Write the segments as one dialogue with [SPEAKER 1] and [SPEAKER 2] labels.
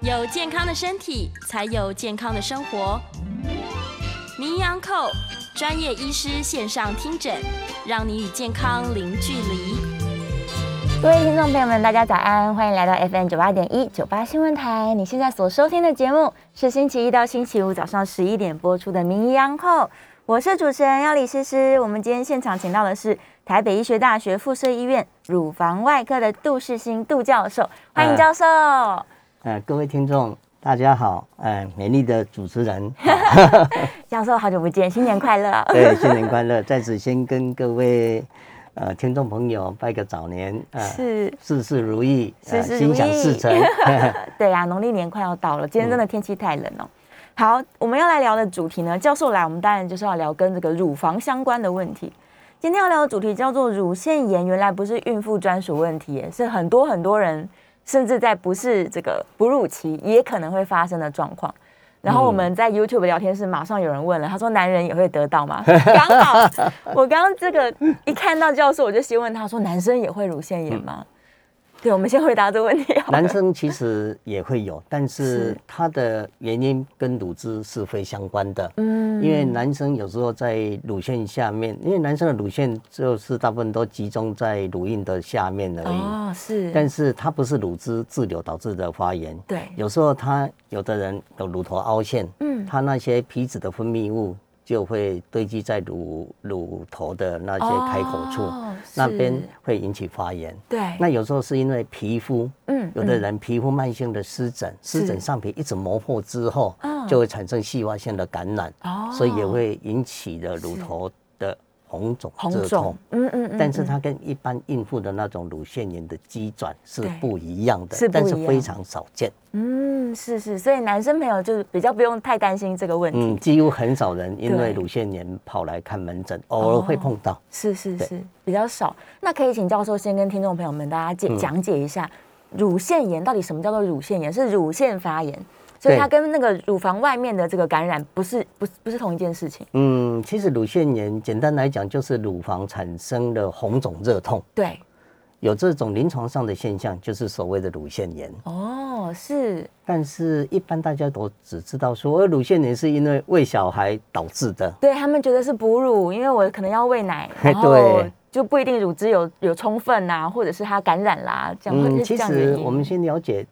[SPEAKER 1] 有健康的身体，才有健康的生活。名医安扣专业医师线上听诊，让你与健康零距离。
[SPEAKER 2] 各位听众朋友们，大家早安，欢迎来到 FM 九八点一九八新闻台。你现在所收听的节目是星期一到星期五早上十一点播出的《名医央后》，我是主持人要李诗诗。我们今天现场请到的是台北医学大学附设医院乳房外科的杜世新杜教授，欢迎教授。
[SPEAKER 3] 呃，各位听众，大家好，呃，美丽的主 持人，
[SPEAKER 2] 教授，好久不见，新年快乐！
[SPEAKER 3] 对，新年快乐！在此先跟各位呃听众朋友拜个早年，呃，
[SPEAKER 2] 是，
[SPEAKER 3] 事事如意，呃
[SPEAKER 2] 事事如
[SPEAKER 3] 心想
[SPEAKER 2] 意
[SPEAKER 3] 事成。
[SPEAKER 2] 对啊，农历年快要到了，
[SPEAKER 3] 嗯
[SPEAKER 2] 今天真的天气太冷了。好，我们要来聊的主题呢，教授来，我们当然就是要聊跟这个乳房相关的问题。今天要聊的主题叫做乳腺炎，原来不是孕妇专属问题耶，是很多很多人，甚至在不是这个哺乳期也可能会发生的状况。然后我
[SPEAKER 3] 嗯
[SPEAKER 2] 们在 YouTube 聊天室，马上有人问了，他说：“男人也会得到 吗？”刚好我刚刚这个一看到教授，我就先问他说：“男生也会乳腺炎吗？”对，我们先回答这个问题好了。
[SPEAKER 3] 嗯男生其实也会有，但是
[SPEAKER 2] 是
[SPEAKER 3] 它的原因跟乳汁是非相关的。
[SPEAKER 2] 嗯
[SPEAKER 3] 因为男生有时候在乳腺下面，因为男生的乳腺就是大部分都集中在乳晕的下面而已，
[SPEAKER 2] 哦，是，
[SPEAKER 3] 但是它不是乳汁滞留导致的发炎。
[SPEAKER 2] 对，
[SPEAKER 3] 有时候他有的人有乳头凹陷，
[SPEAKER 2] 嗯
[SPEAKER 3] 他那些皮脂的分泌物就会堆积在乳乳头的那
[SPEAKER 2] 哦
[SPEAKER 3] 些开口处，
[SPEAKER 2] 是
[SPEAKER 3] 那边会引起发炎。
[SPEAKER 2] 对，
[SPEAKER 3] 那有时候是因为皮肤，
[SPEAKER 2] 嗯
[SPEAKER 3] 有的人皮肤慢性的湿疹，湿疹上皮一直磨破之后，
[SPEAKER 2] 嗯
[SPEAKER 3] 就会产生细胞性的感染，
[SPEAKER 2] 哦
[SPEAKER 3] 所以也会引起的乳头的红肿、
[SPEAKER 2] 红
[SPEAKER 3] 热
[SPEAKER 2] 肿
[SPEAKER 3] 痛。，
[SPEAKER 2] 嗯嗯嗯
[SPEAKER 3] 但是
[SPEAKER 2] 嗯
[SPEAKER 3] 它跟一般孕妇的那种乳腺炎的机转是
[SPEAKER 2] 对
[SPEAKER 3] 不一样的，
[SPEAKER 2] 是不
[SPEAKER 3] 但
[SPEAKER 2] 一
[SPEAKER 3] 是非
[SPEAKER 2] 样
[SPEAKER 3] 常少见。
[SPEAKER 2] 嗯是是，所以男生朋友就是比较不用太担心这个问题，
[SPEAKER 3] 嗯，几乎很少人因
[SPEAKER 2] 对哦
[SPEAKER 3] 为乳腺炎跑来看门诊，偶尔会碰到。
[SPEAKER 2] 是是
[SPEAKER 3] 对
[SPEAKER 2] 是，比较少。那可以请教授先跟听众朋友们大家
[SPEAKER 3] 嗯
[SPEAKER 2] 解讲解一下，乳腺炎到底什么叫做乳腺炎？是乳腺发炎。所以
[SPEAKER 3] 对
[SPEAKER 2] 它跟那个乳房外面的这个感染不是不是不是同一件事情，
[SPEAKER 3] 嗯，其实乳腺炎简单来讲就是乳房产生了红肿热痛，
[SPEAKER 2] 对，
[SPEAKER 3] 有这种临床上的现象，就是所谓的乳腺炎。
[SPEAKER 2] 哦，是
[SPEAKER 3] 但是，一般大家都只知道说，呃，乳腺炎是因为喂小孩导致的。
[SPEAKER 2] 对他们觉得是哺乳，因为我可能要喂奶，然后
[SPEAKER 3] 对
[SPEAKER 2] 就不一定乳汁有有充分呐、或者是它感染啦，这样会是
[SPEAKER 3] 嗯其
[SPEAKER 2] 这样原
[SPEAKER 3] 实
[SPEAKER 2] 因。
[SPEAKER 3] 我们先了解，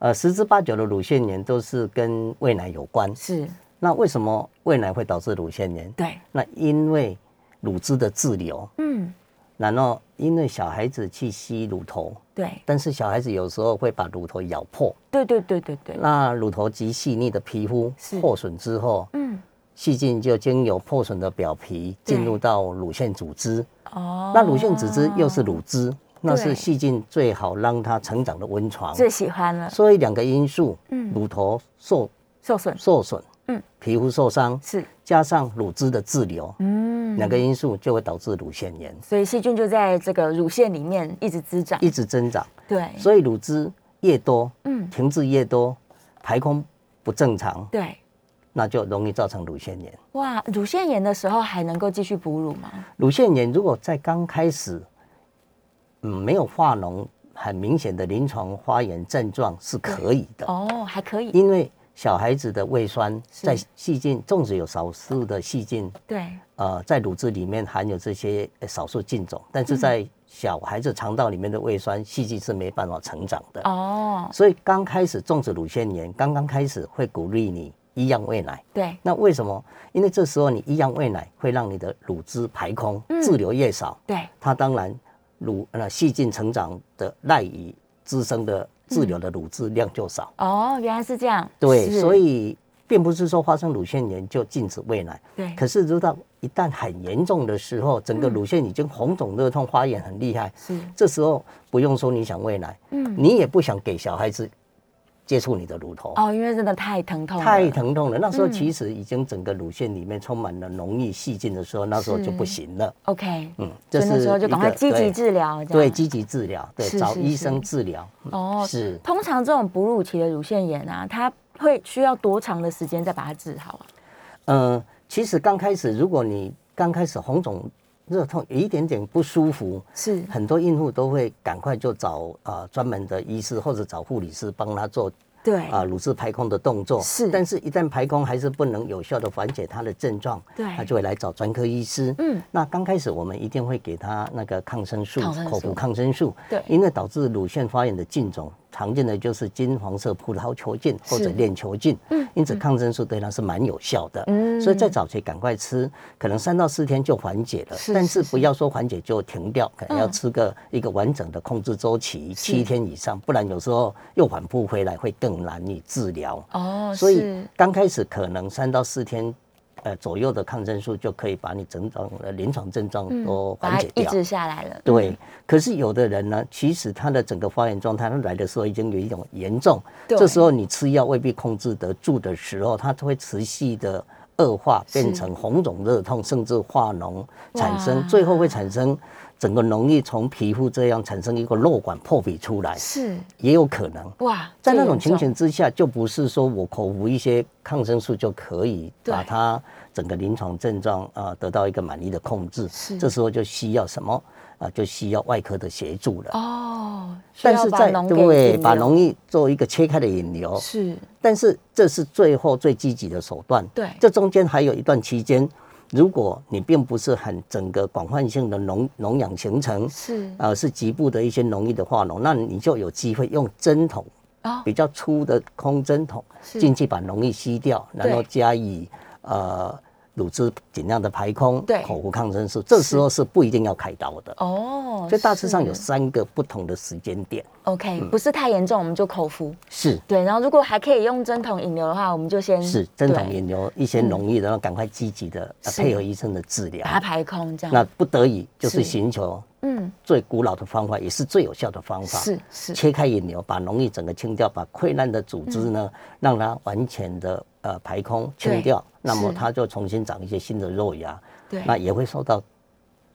[SPEAKER 3] 呃，十之八九的乳腺炎都是跟喂奶有关。
[SPEAKER 2] 是
[SPEAKER 3] 那为什么喂奶会导致乳腺炎？
[SPEAKER 2] 对，
[SPEAKER 3] 那因为乳汁的滞留，
[SPEAKER 2] 嗯，
[SPEAKER 3] 然后因为小孩子去吸乳头，
[SPEAKER 2] 对，
[SPEAKER 3] 但是小孩子有时候会把乳头咬破，
[SPEAKER 2] 对对对对对，
[SPEAKER 3] 那乳头及细腻的皮肤
[SPEAKER 2] 是
[SPEAKER 3] 破损之后，
[SPEAKER 2] 嗯，
[SPEAKER 3] 细菌就经由破损的表皮
[SPEAKER 2] 对
[SPEAKER 3] 进入到乳腺组织，
[SPEAKER 2] 哦，
[SPEAKER 3] 那乳腺组织又是乳汁，那
[SPEAKER 2] 对
[SPEAKER 3] 是细菌最好让它成长的温床。
[SPEAKER 2] 哦最喜欢了，
[SPEAKER 3] 所以两个因素，
[SPEAKER 2] 嗯
[SPEAKER 3] 乳头受
[SPEAKER 2] 受损
[SPEAKER 3] 受损，
[SPEAKER 2] 嗯
[SPEAKER 3] 皮肤受伤，
[SPEAKER 2] 是，
[SPEAKER 3] 加上乳汁的滞留，
[SPEAKER 2] 嗯，
[SPEAKER 3] 两个因素就会导致乳腺炎
[SPEAKER 2] 所以细菌就在这个乳腺里面一直滋长，
[SPEAKER 3] 一直增长。
[SPEAKER 2] 对，
[SPEAKER 3] 所以乳汁越多，
[SPEAKER 2] 嗯，
[SPEAKER 3] 停滞越多，排空不正常，
[SPEAKER 2] 对，
[SPEAKER 3] 那就容易造成乳腺炎。
[SPEAKER 2] 哇，乳腺炎的时候还能够继续哺乳吗？
[SPEAKER 3] 乳腺炎如果在刚开始，嗯，没有化脓，很明显的临床发炎症状是可以的，
[SPEAKER 2] 哦，还可以，
[SPEAKER 3] 因为小孩子的胃酸
[SPEAKER 2] 是
[SPEAKER 3] 在细菌，纵使有少数的细菌，
[SPEAKER 2] 对，
[SPEAKER 3] 呃，在乳汁里面含有这些呃少数菌种，但
[SPEAKER 2] 嗯
[SPEAKER 3] 是在小孩子肠道里面的胃酸细菌是没办法成长的。
[SPEAKER 2] 哦，
[SPEAKER 3] 所以刚开始种植乳腺炎，刚刚开始会鼓励你一样喂奶。
[SPEAKER 2] 对，
[SPEAKER 3] 那为什么？因为这时候你一样喂奶，会让你的乳汁排空，
[SPEAKER 2] 嗯
[SPEAKER 3] 滞留越少，
[SPEAKER 2] 对，
[SPEAKER 3] 它当然乳呃细菌成长的赖以滋生的滞留的乳汁量就少。
[SPEAKER 2] 哦，原来是这样，
[SPEAKER 3] 对，
[SPEAKER 2] 是
[SPEAKER 3] 所以并不是说发生乳腺炎就禁止喂奶。
[SPEAKER 2] 对，
[SPEAKER 3] 可是如果一旦很严重的时候，整个乳腺已经红肿热痛、发炎很厉害，
[SPEAKER 2] 是，
[SPEAKER 3] 这时候不用说你想喂奶，
[SPEAKER 2] 嗯，
[SPEAKER 3] 你也不想给小孩子接触你的乳头，
[SPEAKER 2] 哦，因为真的太疼痛了，
[SPEAKER 3] 太疼痛了。那时候
[SPEAKER 2] 嗯
[SPEAKER 3] 其实已经整个乳腺里面充满了脓液细菌的时候，那时候
[SPEAKER 2] 是
[SPEAKER 3] 就不行了。
[SPEAKER 2] OK，
[SPEAKER 3] 嗯，
[SPEAKER 2] 所
[SPEAKER 3] 这
[SPEAKER 2] 以那
[SPEAKER 3] 是
[SPEAKER 2] 时候就
[SPEAKER 3] 一
[SPEAKER 2] 赶快
[SPEAKER 3] 个
[SPEAKER 2] 积极
[SPEAKER 3] 对
[SPEAKER 2] 治疗，这
[SPEAKER 3] 对
[SPEAKER 2] 样
[SPEAKER 3] 积极治疗，对
[SPEAKER 2] 是
[SPEAKER 3] 找
[SPEAKER 2] 是
[SPEAKER 3] 医
[SPEAKER 2] 是
[SPEAKER 3] 生治疗。嗯
[SPEAKER 2] 哦，
[SPEAKER 3] 是
[SPEAKER 2] 通常这种哺乳期的乳腺炎啊，它会需要多长的时间再把它治好啊？
[SPEAKER 3] 呃，其实刚开始，如果你刚开始红肿、热痛，有一点点不舒服，
[SPEAKER 2] 是
[SPEAKER 3] 很多孕妇都会赶快就找呃专门的医师或者找护理师帮她做
[SPEAKER 2] 对
[SPEAKER 3] 啊乳汁排空的动作。
[SPEAKER 2] 是
[SPEAKER 3] 但是一旦排空还是不能有效的缓解它的症状，
[SPEAKER 2] 对
[SPEAKER 3] 他就会来找专科医师。
[SPEAKER 2] 嗯，
[SPEAKER 3] 那刚开始我们一定会给他那个抗生素
[SPEAKER 2] 抗生素
[SPEAKER 3] 口服抗生素，
[SPEAKER 2] 对
[SPEAKER 3] 因为导致乳腺发炎的菌种常见的就是金黄色葡萄球菌或者
[SPEAKER 2] 是
[SPEAKER 3] 链球菌，嗯，因此抗生素对它是蛮有效的。
[SPEAKER 2] 嗯
[SPEAKER 3] 所以在早期赶快吃，可能三到四天就缓解了，
[SPEAKER 2] 是
[SPEAKER 3] 但
[SPEAKER 2] 是
[SPEAKER 3] 是
[SPEAKER 2] 是
[SPEAKER 3] 不要说缓解就停掉，可能要
[SPEAKER 2] 嗯
[SPEAKER 3] 吃个一个完整的控制周期七天以上，不然有时候又缓不回来，会更难以治疗。
[SPEAKER 2] 哦，
[SPEAKER 3] 所以
[SPEAKER 2] 是
[SPEAKER 3] 刚开始可能三到四天，呃左右的抗生素就可以把你整种的临床症状都
[SPEAKER 2] 嗯把
[SPEAKER 3] 缓
[SPEAKER 2] 它
[SPEAKER 3] 解
[SPEAKER 2] 抑
[SPEAKER 3] 掉。
[SPEAKER 2] 制嗯下来了。
[SPEAKER 3] 对，可是有的人呢，其实他的整个发炎状态，他来的时候已经有一种严重，
[SPEAKER 2] 对
[SPEAKER 3] 这时候你吃药未必控制得住的时候，它会持续的恶化，
[SPEAKER 2] 是
[SPEAKER 3] 变成红肿热痛，甚至化脓，产生
[SPEAKER 2] 哇
[SPEAKER 3] 最后会产生整个脓液从皮肤这样产生一个瘘管破皮出来，
[SPEAKER 2] 是
[SPEAKER 3] 也有可能。
[SPEAKER 2] 哇，
[SPEAKER 3] 在
[SPEAKER 2] 这
[SPEAKER 3] 那
[SPEAKER 2] 严
[SPEAKER 3] 种情
[SPEAKER 2] 重
[SPEAKER 3] 形之下，就不是说我口服一些抗生素就可以
[SPEAKER 2] 对
[SPEAKER 3] 把它整个临床症状啊、得到一个满意的控制
[SPEAKER 2] 是，
[SPEAKER 3] 这时候就需要什么啊、就需要外科的协助了。
[SPEAKER 2] 哦，需
[SPEAKER 3] 但
[SPEAKER 2] 要
[SPEAKER 3] 是
[SPEAKER 2] 把
[SPEAKER 3] 在
[SPEAKER 2] 脓给
[SPEAKER 3] 对
[SPEAKER 2] 引
[SPEAKER 3] 把
[SPEAKER 2] 流
[SPEAKER 3] 脓液做一个切开的引流，
[SPEAKER 2] 是
[SPEAKER 3] 但是这是最后最积极的手段。
[SPEAKER 2] 对
[SPEAKER 3] 这中间还有一段期间，如果你并不是很整个广泛性的脓脓疡形成，
[SPEAKER 2] 是
[SPEAKER 3] 呃，是局部的一些脓液的化脓，那你就有机会用针筒
[SPEAKER 2] 哦
[SPEAKER 3] 比较粗的空针筒
[SPEAKER 2] 是
[SPEAKER 3] 进去把脓液吸掉，
[SPEAKER 2] 对
[SPEAKER 3] 然后加以呃乳汁尽量的排空，
[SPEAKER 2] 对
[SPEAKER 3] 口服抗生素，这时候是不一定要开刀的。
[SPEAKER 2] 哦，
[SPEAKER 3] 所以大致上有嗯
[SPEAKER 2] 是
[SPEAKER 3] 三个不同的时间点，
[SPEAKER 2] OK，不是太严重，我们就口服。
[SPEAKER 3] 是
[SPEAKER 2] 对，然后如果还可以用针筒引流的话，我们就先
[SPEAKER 3] 是针筒
[SPEAKER 2] 对嗯
[SPEAKER 3] 引流一些脓液，然后赶快积极的呃
[SPEAKER 2] 是
[SPEAKER 3] 配合医生的治疗
[SPEAKER 2] 把。它排空这样。
[SPEAKER 3] 那不得已就
[SPEAKER 2] 是
[SPEAKER 3] 是寻求
[SPEAKER 2] 嗯，
[SPEAKER 3] 最古老的方法，也是最有效的方法，
[SPEAKER 2] 是是
[SPEAKER 3] 切开引流，把脓液整个清掉，把溃烂的组织呢，
[SPEAKER 2] 嗯
[SPEAKER 3] 让它完全的呃排空清掉，那么
[SPEAKER 2] 是
[SPEAKER 3] 它就重新长一些新的肉芽，
[SPEAKER 2] 对，
[SPEAKER 3] 那也会受到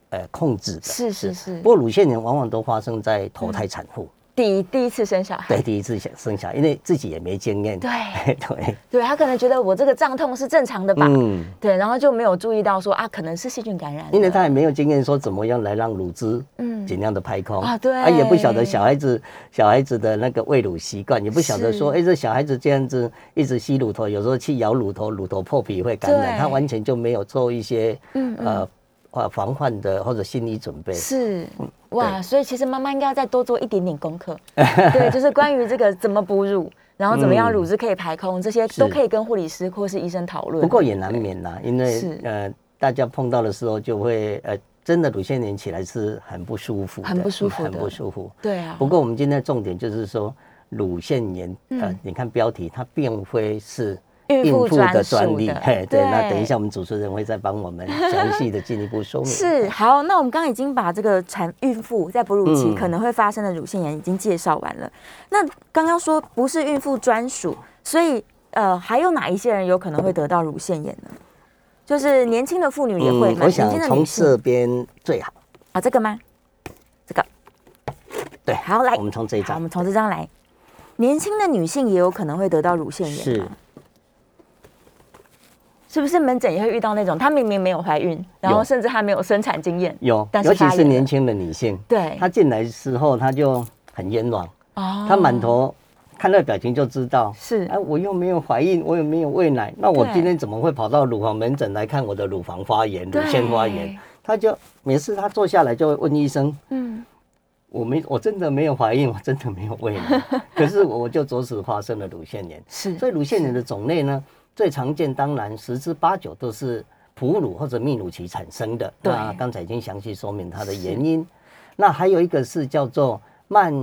[SPEAKER 3] 呃控制的。
[SPEAKER 2] 是是是
[SPEAKER 3] 不。过乳腺炎往往都发生在头胎产妇，
[SPEAKER 2] 第一第一次生小孩，
[SPEAKER 3] 对，第一次想生小孩，因为自己也没经验，
[SPEAKER 2] 对
[SPEAKER 3] 对，
[SPEAKER 2] 对他可能觉得我这个胀痛是正常的吧，
[SPEAKER 3] 嗯。
[SPEAKER 2] 对，然后就没有注意到说啊，可能是细菌感染的，
[SPEAKER 3] 因为他也没有经验，说怎么样来让乳汁
[SPEAKER 2] 嗯
[SPEAKER 3] 尽量的排空
[SPEAKER 2] 啊对
[SPEAKER 3] 他也不晓得小孩子小孩子的那个喂乳习惯，也不晓得说，
[SPEAKER 2] 是
[SPEAKER 3] 哎，这小孩子这样子一直吸乳头，有时候去咬乳头，乳头破皮会感染，
[SPEAKER 2] 对
[SPEAKER 3] 他完全就没有做一些
[SPEAKER 2] 嗯嗯
[SPEAKER 3] 呃呃防范的或者心理准备。
[SPEAKER 2] 是
[SPEAKER 3] 嗯
[SPEAKER 2] 哇，所以其实妈妈应该要再多做一点点功 课，对，就是关于这个怎么哺乳，然后怎么样
[SPEAKER 3] 嗯
[SPEAKER 2] 乳汁可以排空，这些都
[SPEAKER 3] 是
[SPEAKER 2] 可以跟护理师或是医生讨论。
[SPEAKER 3] 不过也难免啦，因
[SPEAKER 2] 是
[SPEAKER 3] 为呃大家碰到的时候就会呃真的乳腺炎起来是很不舒服的，
[SPEAKER 2] 很不舒服
[SPEAKER 3] 很
[SPEAKER 2] 的
[SPEAKER 3] 不舒服。
[SPEAKER 2] 对啊，
[SPEAKER 3] 不过我们今天的重点就是说，乳腺炎，呃
[SPEAKER 2] 嗯，
[SPEAKER 3] 你看标题，它并非是
[SPEAKER 2] 孕
[SPEAKER 3] 孕
[SPEAKER 2] 妇
[SPEAKER 3] 妇
[SPEAKER 2] 专
[SPEAKER 3] 的
[SPEAKER 2] 属
[SPEAKER 3] 专利
[SPEAKER 2] 的，
[SPEAKER 3] 嘿，对。
[SPEAKER 2] 对
[SPEAKER 3] 那等一下，我们主持人会再帮我们详细的进一步说明。
[SPEAKER 2] 是好，那我们刚刚已经把这个产孕妇在哺乳期
[SPEAKER 3] 嗯
[SPEAKER 2] 可能会发生的乳腺炎已经介绍完了。那刚刚说不是孕妇专属，所以呃，还有哪一些人有可能会得到乳腺炎呢？就是年轻的妇女也会吗？
[SPEAKER 3] 嗯我
[SPEAKER 2] 年轻
[SPEAKER 3] 想
[SPEAKER 2] 的女
[SPEAKER 3] 从
[SPEAKER 2] 性
[SPEAKER 3] 这边最好，
[SPEAKER 2] 啊，这个吗？这个
[SPEAKER 3] 对，
[SPEAKER 2] 好来
[SPEAKER 3] 我们从这一
[SPEAKER 2] 好，我
[SPEAKER 3] 张，
[SPEAKER 2] 们从这张来。年轻的女性也有可能会得到乳腺炎吗，
[SPEAKER 3] 是
[SPEAKER 2] 是不是？门诊也会遇到那种，她明明没有怀孕，然后
[SPEAKER 3] 有
[SPEAKER 2] 甚至还没有生产经验，
[SPEAKER 3] 有，
[SPEAKER 2] 但是
[SPEAKER 3] 尤其
[SPEAKER 2] 发
[SPEAKER 3] 是
[SPEAKER 2] 炎了
[SPEAKER 3] 年轻的女性，
[SPEAKER 2] 对，
[SPEAKER 3] 她进来之后，她就很冤枉，
[SPEAKER 2] 哦
[SPEAKER 3] 她满头。看到表情就知道
[SPEAKER 2] 是
[SPEAKER 3] 哎，我又没有怀孕，我又没有喂奶，那我
[SPEAKER 2] 对
[SPEAKER 3] 今天怎么会跑到乳房门诊来看我的乳房发炎、乳腺发炎
[SPEAKER 2] 对？
[SPEAKER 3] 她就每次她坐下来就会问医生，
[SPEAKER 2] 嗯，
[SPEAKER 3] 我没，我真的没有怀孕，我真的没有 喂奶，可是我就着实发生了乳腺炎。
[SPEAKER 2] 是
[SPEAKER 3] 所以乳腺炎的种类呢，最常见当然十之八九都是哺乳或者泌乳期产生的。
[SPEAKER 2] 对
[SPEAKER 3] 那刚才已经详细说明它的原因。那还有一个是叫做慢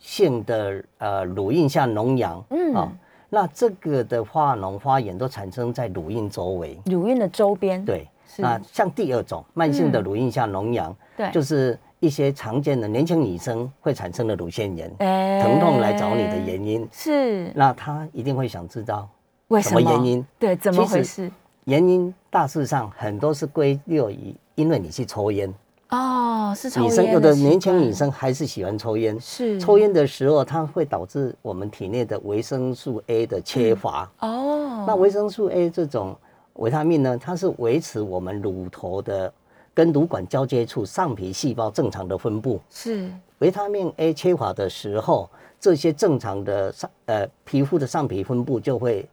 [SPEAKER 3] 性的呃乳晕下脓疡，哦
[SPEAKER 2] 嗯
[SPEAKER 3] 那这个的化脓发炎都产生在乳晕周围。
[SPEAKER 2] 乳晕的周边，
[SPEAKER 3] 对，
[SPEAKER 2] 是
[SPEAKER 3] 那像第二种慢性的
[SPEAKER 2] 嗯
[SPEAKER 3] 乳晕下脓疡，
[SPEAKER 2] 对，
[SPEAKER 3] 就是是一些常见的年轻女生会产生的乳腺炎，
[SPEAKER 2] 哎
[SPEAKER 3] 疼痛来找你的原因，
[SPEAKER 2] 是
[SPEAKER 3] 那她一定会想知道
[SPEAKER 2] 为
[SPEAKER 3] 什么原？因。
[SPEAKER 2] 对，怎么
[SPEAKER 3] 其实
[SPEAKER 2] 回事？
[SPEAKER 3] 原因大致上很多是归咎于因为你去抽烟，
[SPEAKER 2] 哦，是抽
[SPEAKER 3] 女生
[SPEAKER 2] 烟
[SPEAKER 3] 有的
[SPEAKER 2] 习
[SPEAKER 3] 年轻
[SPEAKER 2] 惯
[SPEAKER 3] 女生还是喜欢抽烟。
[SPEAKER 2] 是
[SPEAKER 3] 抽烟的时候，它会导致我们体内的维生素 A 的缺乏。
[SPEAKER 2] 哦，
[SPEAKER 3] 那维生素 A 这种维他命呢，它是维持我们乳头的跟乳管交接处上皮细胞正常的分布。
[SPEAKER 2] 是
[SPEAKER 3] 维他命 A 缺乏的时候，这些正常的上呃皮肤的上皮分布就会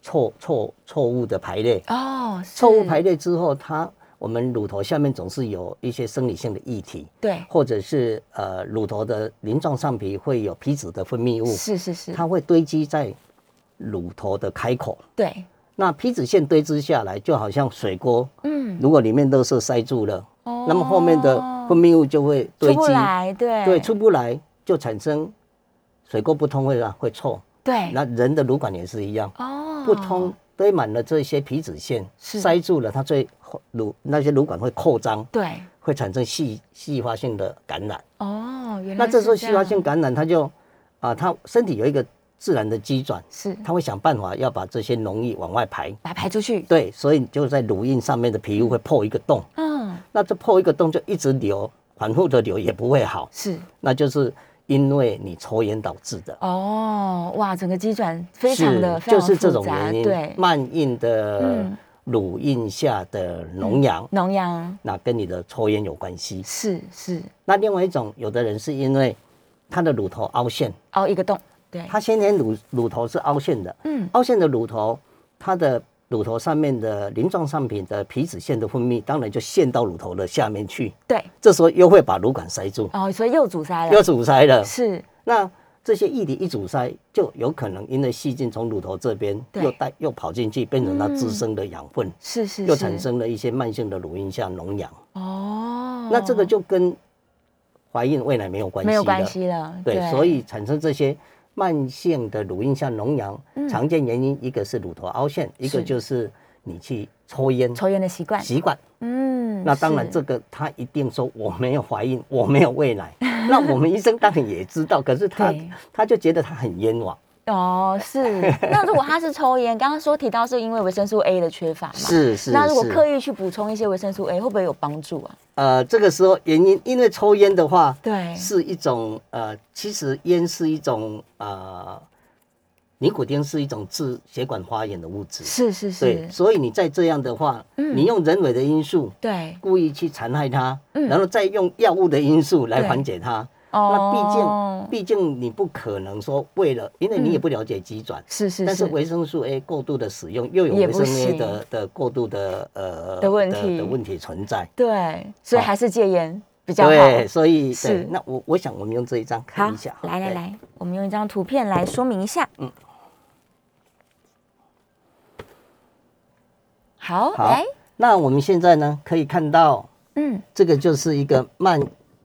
[SPEAKER 3] 错错错误的排列，
[SPEAKER 2] 哦，是
[SPEAKER 3] 错误排列之后，它我们乳头下面总是有一些生理性的液体，
[SPEAKER 2] 对，
[SPEAKER 3] 或者是呃乳头的鳞状上皮会有皮脂的分泌物，
[SPEAKER 2] 是是是，
[SPEAKER 3] 它会堆积在乳头的开口。
[SPEAKER 2] 对，
[SPEAKER 3] 那皮脂腺堆积下来，就好像水锅，
[SPEAKER 2] 嗯，
[SPEAKER 3] 如果里面垃圾塞住了，
[SPEAKER 2] 哦
[SPEAKER 3] 那么后面的分泌物就会堆
[SPEAKER 2] 出不
[SPEAKER 3] 积，
[SPEAKER 2] 来，对
[SPEAKER 3] 对，出不来就产生水沟不通会啊会臭。
[SPEAKER 2] 对
[SPEAKER 3] 那人的乳管也是一样，
[SPEAKER 2] 哦
[SPEAKER 3] 不通堆满了这些皮脂腺，
[SPEAKER 2] 是
[SPEAKER 3] 塞住了，它最后乳那些乳管会扩张，
[SPEAKER 2] 对
[SPEAKER 3] 会产生细细发性的感染。
[SPEAKER 2] 哦，原来
[SPEAKER 3] 那这时候细发
[SPEAKER 2] 发
[SPEAKER 3] 性感染，它就啊，它身体有一个自然的机转，
[SPEAKER 2] 是
[SPEAKER 3] 它会想办法要把这些脓液往外排。
[SPEAKER 2] 把它排出去，
[SPEAKER 3] 对，所以你就在乳晕上面的皮肤会破一个洞，
[SPEAKER 2] 嗯，
[SPEAKER 3] 那这破一个洞就一直流，反复的流也不会好，
[SPEAKER 2] 是
[SPEAKER 3] 那就是因为你抽烟导致的。
[SPEAKER 2] 哦，哇，整个机转非常的
[SPEAKER 3] 是
[SPEAKER 2] 非常
[SPEAKER 3] 就是这
[SPEAKER 2] 复
[SPEAKER 3] 种
[SPEAKER 2] 杂
[SPEAKER 3] 原因，
[SPEAKER 2] 对，
[SPEAKER 3] 慢性的
[SPEAKER 2] 嗯
[SPEAKER 3] 乳晕下的脓疡，
[SPEAKER 2] 农阳
[SPEAKER 3] 那跟你的抽烟有关系。
[SPEAKER 2] 是是
[SPEAKER 3] 那另外一种，有的人是因为他的乳头凹陷，
[SPEAKER 2] 凹哦一个洞，对，
[SPEAKER 3] 他先天乳乳头是凹陷的，
[SPEAKER 2] 嗯
[SPEAKER 3] 凹陷的乳头，它的乳头上面的鳞状上皮的皮脂腺的分泌，当然就陷到乳头的下面去，
[SPEAKER 2] 对，
[SPEAKER 3] 这时候又会把乳管塞住，
[SPEAKER 2] 哦，所以又阻塞
[SPEAKER 3] 又
[SPEAKER 2] 了，
[SPEAKER 3] 阻塞了。
[SPEAKER 2] 是
[SPEAKER 3] 那这些液体一阻塞，就有可能因为细菌从乳头这边
[SPEAKER 2] 对
[SPEAKER 3] 又带又跑进去，变成它滋生的养分，
[SPEAKER 2] 是是
[SPEAKER 3] 又
[SPEAKER 2] 是
[SPEAKER 3] 产生了一些慢性的乳晕下脓疡。
[SPEAKER 2] 哦，
[SPEAKER 3] 那这个就跟怀孕未来没有关系，
[SPEAKER 2] 没有关。系了，
[SPEAKER 3] 对，所以产生这些慢性的乳晕下脓疡，常见原因一个是乳头凹陷，一个
[SPEAKER 2] 嗯是
[SPEAKER 3] 就是你去抽烟
[SPEAKER 2] 抽烟的习惯，
[SPEAKER 3] 习惯。
[SPEAKER 2] 嗯，
[SPEAKER 3] 那当然，
[SPEAKER 2] 是
[SPEAKER 3] 这个他一定说我没有怀孕，我没有未来。那我们医生当然也知道，可是他
[SPEAKER 2] 对
[SPEAKER 3] 他就觉得他很冤枉。
[SPEAKER 2] 哦，是。那如果他是抽烟，刚刚说提到是因为维生素 A 的缺乏嘛？。
[SPEAKER 3] 是是
[SPEAKER 2] 那如果刻
[SPEAKER 3] 意
[SPEAKER 2] 意去补充一些维生素 A，会不会有帮助啊？
[SPEAKER 3] 呃，这个时候原因因为抽烟的话，
[SPEAKER 2] 对
[SPEAKER 3] 是一种呃，其实烟是一种呃，尼古丁是一种致血管发炎的物质。
[SPEAKER 2] 是是
[SPEAKER 3] 对，
[SPEAKER 2] 是，
[SPEAKER 3] 所以你再这样的话，
[SPEAKER 2] 嗯
[SPEAKER 3] 你用人为的因素
[SPEAKER 2] 对
[SPEAKER 3] 故意去残害它，
[SPEAKER 2] 嗯
[SPEAKER 3] 然后再用药物的因素来
[SPEAKER 2] 对
[SPEAKER 3] 缓解它。那毕竟，
[SPEAKER 2] 哦，
[SPEAKER 3] 毕竟你不可能说为了，因为你也
[SPEAKER 2] 嗯
[SPEAKER 3] 不了解机转，
[SPEAKER 2] 是是
[SPEAKER 3] 但是
[SPEAKER 2] 是，
[SPEAKER 3] 维生素 A 过度的使用，又有
[SPEAKER 2] 也
[SPEAKER 3] 维
[SPEAKER 2] 不
[SPEAKER 3] 生素 A
[SPEAKER 2] 行
[SPEAKER 3] 的的过度的呃
[SPEAKER 2] 的问
[SPEAKER 3] 的
[SPEAKER 2] 题
[SPEAKER 3] 的问题存在。
[SPEAKER 2] 对，所以
[SPEAKER 3] 好
[SPEAKER 2] 还是戒烟比较好。
[SPEAKER 3] 对，所以对
[SPEAKER 2] 是，
[SPEAKER 3] 那我我想我们用这一张
[SPEAKER 2] 好
[SPEAKER 3] 看一下，，
[SPEAKER 2] 来来
[SPEAKER 3] 对，
[SPEAKER 2] 来，我们用一张图片来说明一下。嗯，好，
[SPEAKER 3] 好
[SPEAKER 2] 来，
[SPEAKER 3] 那我们现在呢可以看到，
[SPEAKER 2] 嗯，
[SPEAKER 3] 这个就是一个慢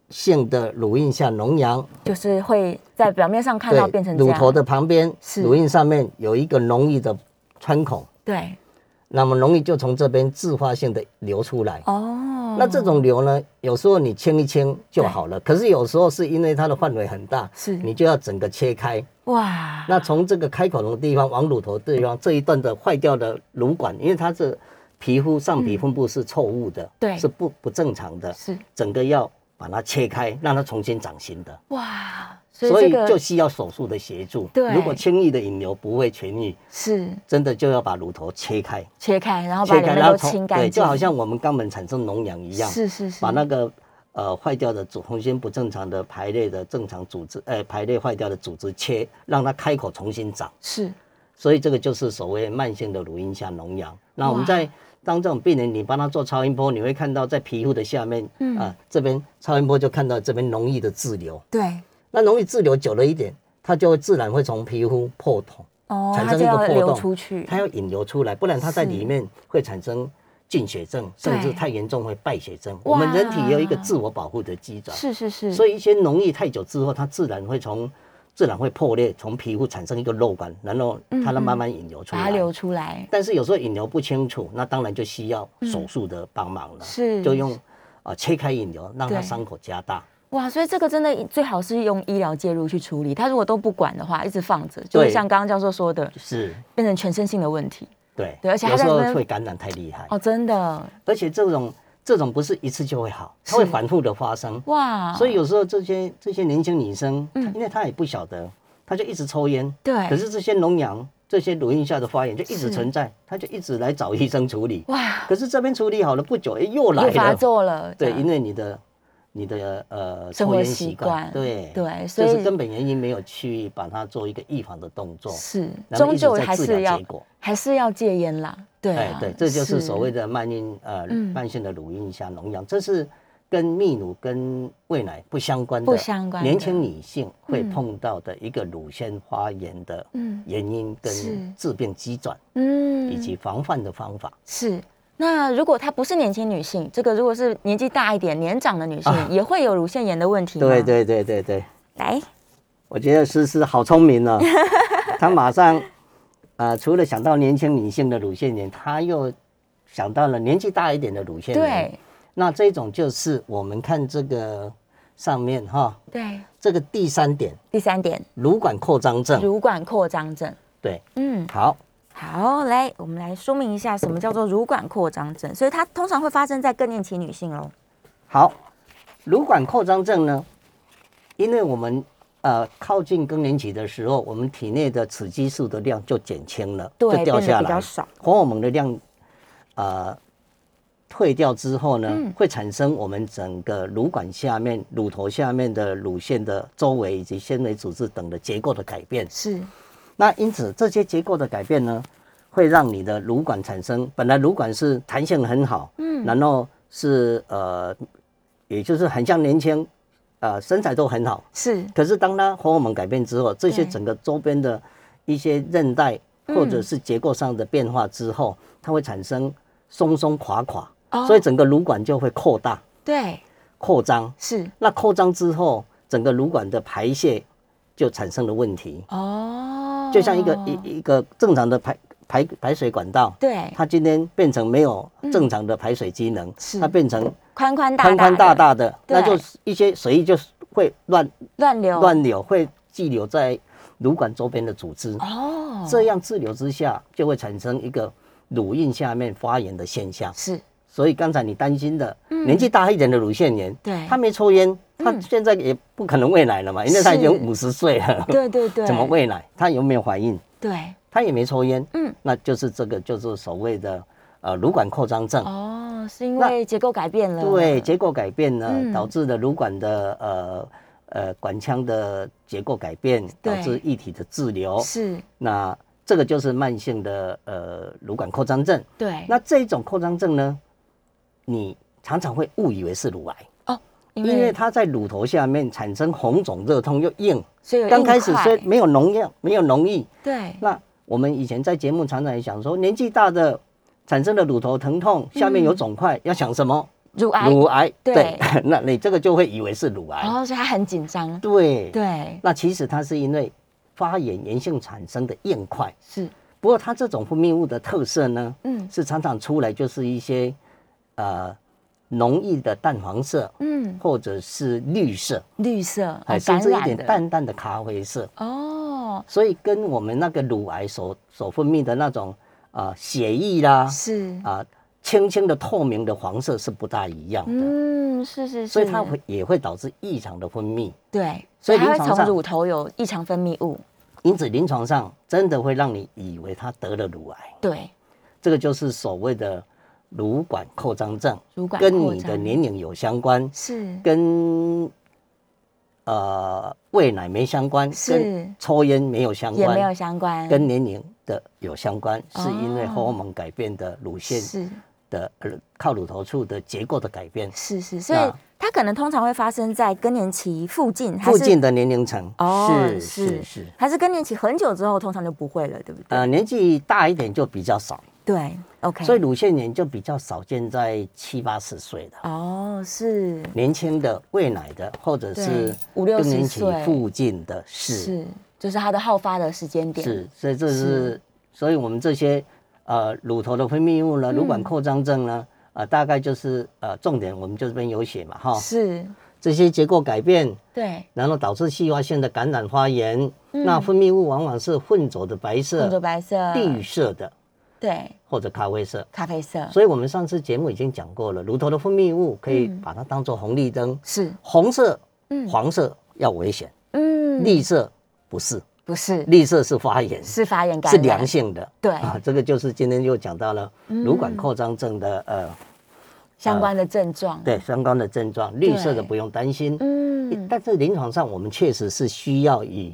[SPEAKER 3] 性的乳晕下脓疡，
[SPEAKER 2] 就是会在表面上看
[SPEAKER 3] 对，
[SPEAKER 2] 到变成这
[SPEAKER 3] 乳
[SPEAKER 2] 样，
[SPEAKER 3] 头的旁边，
[SPEAKER 2] 是
[SPEAKER 3] 乳晕上面有一个脓液的穿孔，
[SPEAKER 2] 对，
[SPEAKER 3] 那么脓液就从这边自发性的流出来。
[SPEAKER 2] 哦，
[SPEAKER 3] 那这种流呢，有时候你清一清就好了，可是有时候是因为它的范围很大，
[SPEAKER 2] 是
[SPEAKER 3] 你就要整个切开。
[SPEAKER 2] 哇，
[SPEAKER 3] 那从这个开口的地方往乳头的地方这一段的坏掉的乳管，因为它是皮肤上皮分布是错误的，
[SPEAKER 2] 对
[SPEAKER 3] 是不不正常的，
[SPEAKER 2] 是
[SPEAKER 3] 整个要把它切开，让它重新长新的。
[SPEAKER 2] 哇，所
[SPEAKER 3] 所
[SPEAKER 2] 以
[SPEAKER 3] 以
[SPEAKER 2] 这个
[SPEAKER 3] 就需要手术的协助。
[SPEAKER 2] 对
[SPEAKER 3] 如果轻易的引流不会痊愈，
[SPEAKER 2] 是
[SPEAKER 3] 真的就要把乳头切开，
[SPEAKER 2] 切开，然后哦把
[SPEAKER 3] 切
[SPEAKER 2] 里
[SPEAKER 3] 开
[SPEAKER 2] 面都
[SPEAKER 3] 从
[SPEAKER 2] 清干
[SPEAKER 3] 对，
[SPEAKER 2] 净，
[SPEAKER 3] 就好像我们肛门产生脓疡一样，
[SPEAKER 2] 是是是，
[SPEAKER 3] 把那个呃坏掉的组重新不正常的排列的正常组织，呃排列坏掉的组织切，让它开口重新长。
[SPEAKER 2] 是
[SPEAKER 3] 所以这个就是所谓慢性的乳晕下脓疡。那我们
[SPEAKER 2] 哇
[SPEAKER 3] 在当这种病人，你帮他做超音波，你会看到在皮肤的下面，啊、
[SPEAKER 2] 嗯
[SPEAKER 3] 这边超音波就看到这边脓液的滞留。
[SPEAKER 2] 对
[SPEAKER 3] 那容易滞留久了一点，它就会自然会从皮肤破洞，
[SPEAKER 2] 哦，
[SPEAKER 3] 产
[SPEAKER 2] 它
[SPEAKER 3] 生一
[SPEAKER 2] 就
[SPEAKER 3] 个
[SPEAKER 2] 要
[SPEAKER 3] 破
[SPEAKER 2] 流
[SPEAKER 3] 洞
[SPEAKER 2] 出去
[SPEAKER 3] 它要引流出来，不然它在
[SPEAKER 2] 是
[SPEAKER 3] 里面会产生菌血症，甚至太严重会败血症。我们人体也有一个自我保护的机制，
[SPEAKER 2] 是是是，
[SPEAKER 3] 所
[SPEAKER 2] 以
[SPEAKER 3] 以一些脓液太久之后，它自然会从自然会破裂，从皮肤产生一个肉感，然后它
[SPEAKER 2] 嗯
[SPEAKER 3] 能
[SPEAKER 2] 嗯
[SPEAKER 3] 慢慢引流出
[SPEAKER 2] 把
[SPEAKER 3] 来。
[SPEAKER 2] 它流出来，
[SPEAKER 3] 但是有时候引流不清楚，那当然就需要手术的帮忙了，
[SPEAKER 2] 嗯是
[SPEAKER 3] 就用啊、呃切开引流，让它
[SPEAKER 2] 对
[SPEAKER 3] 伤口加大。
[SPEAKER 2] 哇，所以这个真的最好是用医疗介入去处理，它如果都不管的话，一直放着，就是
[SPEAKER 3] 对
[SPEAKER 2] 像刚刚教授说的，
[SPEAKER 3] 是，
[SPEAKER 2] 变成全身性的问题
[SPEAKER 3] 对，
[SPEAKER 2] 对而且它
[SPEAKER 3] 有时
[SPEAKER 2] 在
[SPEAKER 3] 候
[SPEAKER 2] 那边
[SPEAKER 3] 会感染太厉害。
[SPEAKER 2] 哦，真的
[SPEAKER 3] 而且这种这种不是一次就会好，它
[SPEAKER 2] 是
[SPEAKER 3] 会反复的发生。
[SPEAKER 2] 哇，
[SPEAKER 3] 所以有时候这些这些年轻女生，
[SPEAKER 2] 嗯
[SPEAKER 3] 因为她也不晓得，她就一直抽烟。
[SPEAKER 2] 对
[SPEAKER 3] 可是这些脓疡这些乳晕下的发炎就一直存在，他就一直来找医生处理。
[SPEAKER 2] 哇，
[SPEAKER 3] 可是这边处理好了不久，哎，又来
[SPEAKER 2] 又发
[SPEAKER 3] 了。
[SPEAKER 2] 作了，
[SPEAKER 3] 对，
[SPEAKER 2] 这样
[SPEAKER 3] 因为你的你的呃
[SPEAKER 2] 啊生
[SPEAKER 3] 抽
[SPEAKER 2] 活
[SPEAKER 3] 烟
[SPEAKER 2] 习
[SPEAKER 3] 习
[SPEAKER 2] 惯
[SPEAKER 3] 惯，对
[SPEAKER 2] 对，所
[SPEAKER 3] 这是
[SPEAKER 2] 以
[SPEAKER 3] 根本原因，没有去把它做一个预防的动作，
[SPEAKER 2] 是
[SPEAKER 3] 然后
[SPEAKER 2] 终
[SPEAKER 3] 一直
[SPEAKER 2] 究
[SPEAKER 3] 在
[SPEAKER 2] 还
[SPEAKER 3] 治
[SPEAKER 2] 是
[SPEAKER 3] 疗
[SPEAKER 2] 要
[SPEAKER 3] 结果。
[SPEAKER 2] 还是要戒烟啦，对
[SPEAKER 3] 哎
[SPEAKER 2] 啊，，
[SPEAKER 3] 对，这就是所谓的慢性呃
[SPEAKER 2] 嗯
[SPEAKER 3] 慢性的乳晕下脓疡，这是跟泌乳跟胃奶不相关的，
[SPEAKER 2] 不相关的
[SPEAKER 3] 年轻女性会
[SPEAKER 2] 嗯
[SPEAKER 3] 碰到的一个乳腺发炎的
[SPEAKER 2] 嗯
[SPEAKER 3] 原因
[SPEAKER 2] 是
[SPEAKER 3] 跟治病机转
[SPEAKER 2] 嗯
[SPEAKER 3] 以及防范的方法。
[SPEAKER 2] 是。那如果她不是年轻女性，这个如果是年纪大一点、年长的女性，
[SPEAKER 3] 啊
[SPEAKER 2] 也会有乳腺炎的问题吗
[SPEAKER 3] 对，对对对对，
[SPEAKER 2] 来，
[SPEAKER 3] 我觉得诗诗好聪明哦， 她马上呃除了想到年轻女性的乳腺炎，她又想到了年纪大一点的乳腺炎。
[SPEAKER 2] 对
[SPEAKER 3] 那这种就是我们看这个上面哈，
[SPEAKER 2] 对，
[SPEAKER 3] 这个第三点，
[SPEAKER 2] 第三点，
[SPEAKER 3] 乳管扩张症。
[SPEAKER 2] 乳管扩张症。
[SPEAKER 3] 对，
[SPEAKER 2] 嗯，
[SPEAKER 3] 好，
[SPEAKER 2] 好，来，我们来说明一下什么叫做乳管扩张症，所以它通常会发生在更年期女性哦。
[SPEAKER 3] 好，乳管扩张症呢，因为我们呃靠近更年期的时候，我们体内的雌激素的量就减轻了，就
[SPEAKER 2] 对
[SPEAKER 3] 掉
[SPEAKER 2] 变得
[SPEAKER 3] 下
[SPEAKER 2] 比较
[SPEAKER 3] 来，
[SPEAKER 2] 少
[SPEAKER 3] 荷尔蒙的量呃退掉之后呢，
[SPEAKER 2] 嗯
[SPEAKER 3] 会产生我们整个乳管下面、乳头下面的乳腺的周围以及纤维组织等的结构的改变。
[SPEAKER 2] 是，
[SPEAKER 3] 那因此这些结构的改变呢，会让你的乳管产生本来乳管是弹性很好，嗯，然后是呃，也就是很像年轻，呃，身材都很好。
[SPEAKER 2] 是，
[SPEAKER 3] 可是当它荷尔蒙改变之后，这些
[SPEAKER 2] 对嗯
[SPEAKER 3] 整个周边的一些韧带或者是结构上的变化之后，它会产生松松垮垮，
[SPEAKER 2] 哦
[SPEAKER 3] 所以整个乳管就会扩大
[SPEAKER 2] 对，
[SPEAKER 3] 扩张。
[SPEAKER 2] 是，
[SPEAKER 3] 那扩张之后，整个乳管的排泄就产生了问题。
[SPEAKER 2] 哦，
[SPEAKER 3] 就像一个一一个正常的排排排水管道，
[SPEAKER 2] 对
[SPEAKER 3] 它今天变成没有正常的排水机能，
[SPEAKER 2] 是
[SPEAKER 3] 它变成
[SPEAKER 2] 宽宽嗯大
[SPEAKER 3] 宽宽大
[SPEAKER 2] 的
[SPEAKER 3] 大的，
[SPEAKER 2] 对
[SPEAKER 3] 那就是一些水就会乱
[SPEAKER 2] 乱流
[SPEAKER 3] 乱流，会滞留在乳管周边的组织。
[SPEAKER 2] 哦，
[SPEAKER 3] 这样滞留之下，就会产生一个乳晕下面发炎的现象。
[SPEAKER 2] 是
[SPEAKER 3] 所以刚才你担心的年纪大一点的乳腺炎，
[SPEAKER 2] 嗯对嗯
[SPEAKER 3] 他没抽烟，他现在也不可能喂奶了嘛，因为他已经
[SPEAKER 2] 是
[SPEAKER 3] 五十岁了，
[SPEAKER 2] 对对对，
[SPEAKER 3] 怎么？喂奶？他有没有怀孕？
[SPEAKER 2] 对，
[SPEAKER 3] 他也没抽烟，
[SPEAKER 2] 嗯，
[SPEAKER 3] 那就是这个就是所谓的呃乳管扩张症，
[SPEAKER 2] 哦，是因
[SPEAKER 3] 那
[SPEAKER 2] 为结构改变了，
[SPEAKER 3] 对，结构改变呢，
[SPEAKER 2] 嗯
[SPEAKER 3] 导致了乳管的呃呃管腔的结构改变，
[SPEAKER 2] 对
[SPEAKER 3] 导致液体的滞留，
[SPEAKER 2] 是，
[SPEAKER 3] 那这个就是慢性的呃乳管扩张症。
[SPEAKER 2] 对，
[SPEAKER 3] 那这种扩张症呢，你常常会误以为是乳癌，
[SPEAKER 2] 因
[SPEAKER 3] 因为它在乳头下面产生红肿、热痛又硬，
[SPEAKER 2] 所以有
[SPEAKER 3] 刚
[SPEAKER 2] 硬
[SPEAKER 3] 开始
[SPEAKER 2] 块
[SPEAKER 3] 虽没有脓样，没有脓液，
[SPEAKER 2] 对
[SPEAKER 3] 那我们以前在节目常常也讲说，年纪大的产生了乳头疼痛，下面有
[SPEAKER 2] 嗯
[SPEAKER 3] 肿块，要想什么？
[SPEAKER 2] 乳癌，
[SPEAKER 3] 乳癌。
[SPEAKER 2] 对
[SPEAKER 3] 那你这个就会以为是乳癌。
[SPEAKER 2] 然后所以他很紧张，
[SPEAKER 3] 对，
[SPEAKER 2] 对，
[SPEAKER 3] 那其实它是因为发炎炎性产生的硬块。
[SPEAKER 2] 是，
[SPEAKER 3] 不过它这种分泌物的特色呢，
[SPEAKER 2] 嗯
[SPEAKER 3] 是常常出来就是一些呃浓郁的淡黄色，
[SPEAKER 2] 嗯，
[SPEAKER 3] 或者是绿色，
[SPEAKER 2] 绿色，哦
[SPEAKER 3] 还甚
[SPEAKER 2] 感
[SPEAKER 3] 至一
[SPEAKER 2] 染
[SPEAKER 3] 点
[SPEAKER 2] 的，
[SPEAKER 3] 淡淡的咖啡色。
[SPEAKER 2] 哦，
[SPEAKER 3] 所以跟我们那个乳癌所所分泌的那种啊、呃血液啦
[SPEAKER 2] 是，
[SPEAKER 3] 啊、清清的透明的黄色是不大一样的，
[SPEAKER 2] 嗯，是是是，
[SPEAKER 3] 所以它会
[SPEAKER 2] 嗯
[SPEAKER 3] 也会导致异常的分泌。
[SPEAKER 2] 对，所
[SPEAKER 3] 所
[SPEAKER 2] 以
[SPEAKER 3] 以
[SPEAKER 2] 它会
[SPEAKER 3] 临床
[SPEAKER 2] 从
[SPEAKER 3] 上
[SPEAKER 2] 乳头有异常分泌物，
[SPEAKER 3] 因此，临床上真的会让你以为他得了乳癌，
[SPEAKER 2] 对，
[SPEAKER 3] 这个就是所谓的乳管扩张症，
[SPEAKER 2] 乳管
[SPEAKER 3] 跟
[SPEAKER 2] 扩
[SPEAKER 3] 你的
[SPEAKER 2] 张
[SPEAKER 3] 年龄有相关，
[SPEAKER 2] 是
[SPEAKER 3] 跟呃喂奶没相关，
[SPEAKER 2] 是
[SPEAKER 3] 跟抽烟没有相
[SPEAKER 2] 也
[SPEAKER 3] 关，
[SPEAKER 2] 没有相关，
[SPEAKER 3] 跟年龄的有相关，是因为
[SPEAKER 2] 哦
[SPEAKER 3] 荷尔蒙改变的乳腺
[SPEAKER 2] 是
[SPEAKER 3] 的呃靠乳头处的结构的改变，
[SPEAKER 2] 是是，所以
[SPEAKER 3] 那
[SPEAKER 2] 它可能通常会发生在更年期附近，还
[SPEAKER 3] 附
[SPEAKER 2] 是
[SPEAKER 3] 近的年龄层
[SPEAKER 2] 哦
[SPEAKER 3] 是
[SPEAKER 2] 是
[SPEAKER 3] 是是，
[SPEAKER 2] 还是更年期很久之后，通常就不会了，对不对？
[SPEAKER 3] 呃，年纪大一点就比较少，
[SPEAKER 2] 对，OK，
[SPEAKER 3] 所以乳腺炎就比较少见在七八十岁的
[SPEAKER 2] 哦是
[SPEAKER 3] 年轻的喂奶的，或者
[SPEAKER 2] 对
[SPEAKER 3] 是
[SPEAKER 2] 五六十
[SPEAKER 3] 更年期
[SPEAKER 2] 岁
[SPEAKER 3] 附近的，是
[SPEAKER 2] 是，就是它的好发的时间点，
[SPEAKER 3] 是，所以这
[SPEAKER 2] 是
[SPEAKER 3] 是，所以我们这些呃乳头的分泌物
[SPEAKER 2] 嗯
[SPEAKER 3] 呢，乳管扩张症呢。呃，大概就是呃，重点我们这边有写嘛，哈，
[SPEAKER 2] 是，
[SPEAKER 3] 这些结构改变，
[SPEAKER 2] 对，
[SPEAKER 3] 然后导致细胞腺的感染发炎。那分泌物往往是混浊的
[SPEAKER 2] 嗯
[SPEAKER 3] 白
[SPEAKER 2] 混浊
[SPEAKER 3] 色、
[SPEAKER 2] 白色，
[SPEAKER 3] 绿色的
[SPEAKER 2] 对，
[SPEAKER 3] 或者咖啡色。
[SPEAKER 2] 咖啡色，
[SPEAKER 3] 所以我们上次节目已经讲过了，乳头的分泌物可以
[SPEAKER 2] 嗯
[SPEAKER 3] 把它当做红绿灯，
[SPEAKER 2] 是，
[SPEAKER 3] 红色
[SPEAKER 2] 嗯、
[SPEAKER 3] 黄色要危险，
[SPEAKER 2] 嗯，
[SPEAKER 3] 绿色不是。
[SPEAKER 2] 不是，
[SPEAKER 3] 绿色是发炎，
[SPEAKER 2] 是发炎感
[SPEAKER 3] 是
[SPEAKER 2] 染，
[SPEAKER 3] 良性的。
[SPEAKER 2] 对嗯
[SPEAKER 3] 啊，这个就是今天又讲到了乳管扩张症的呃，
[SPEAKER 2] 相关的症状。，
[SPEAKER 3] 对相关的症状，绿色的不用担心。
[SPEAKER 2] 嗯，
[SPEAKER 3] 但是临床上我们确实是需要以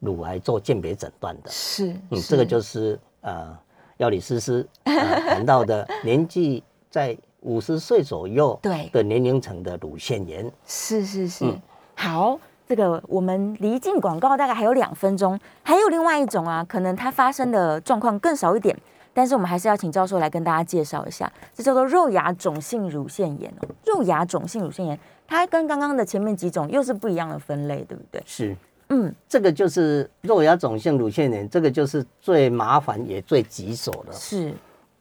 [SPEAKER 3] 乳癌做鉴别诊断的。
[SPEAKER 2] 是，
[SPEAKER 3] 嗯，这个就是呃，药理 诗诗、呃、谈到的年纪在五十岁左右
[SPEAKER 2] 对
[SPEAKER 3] 的年龄层的乳腺炎。
[SPEAKER 2] 是是是，
[SPEAKER 3] 嗯
[SPEAKER 2] 好，这个我们离境广告大概还有两分钟，还有另外一种啊，可能它发生的状况更少一点，但是我们还是要请教授来跟大家介绍一下，这叫做肉芽肿性乳腺炎哦。肉芽肿性乳腺炎，它跟刚刚的前面几种又是不一样的分类，对不对？
[SPEAKER 3] 是，
[SPEAKER 2] 嗯，
[SPEAKER 3] 这个就是肉芽肿性乳腺炎，这个就是最麻烦也最棘手的。
[SPEAKER 2] 是，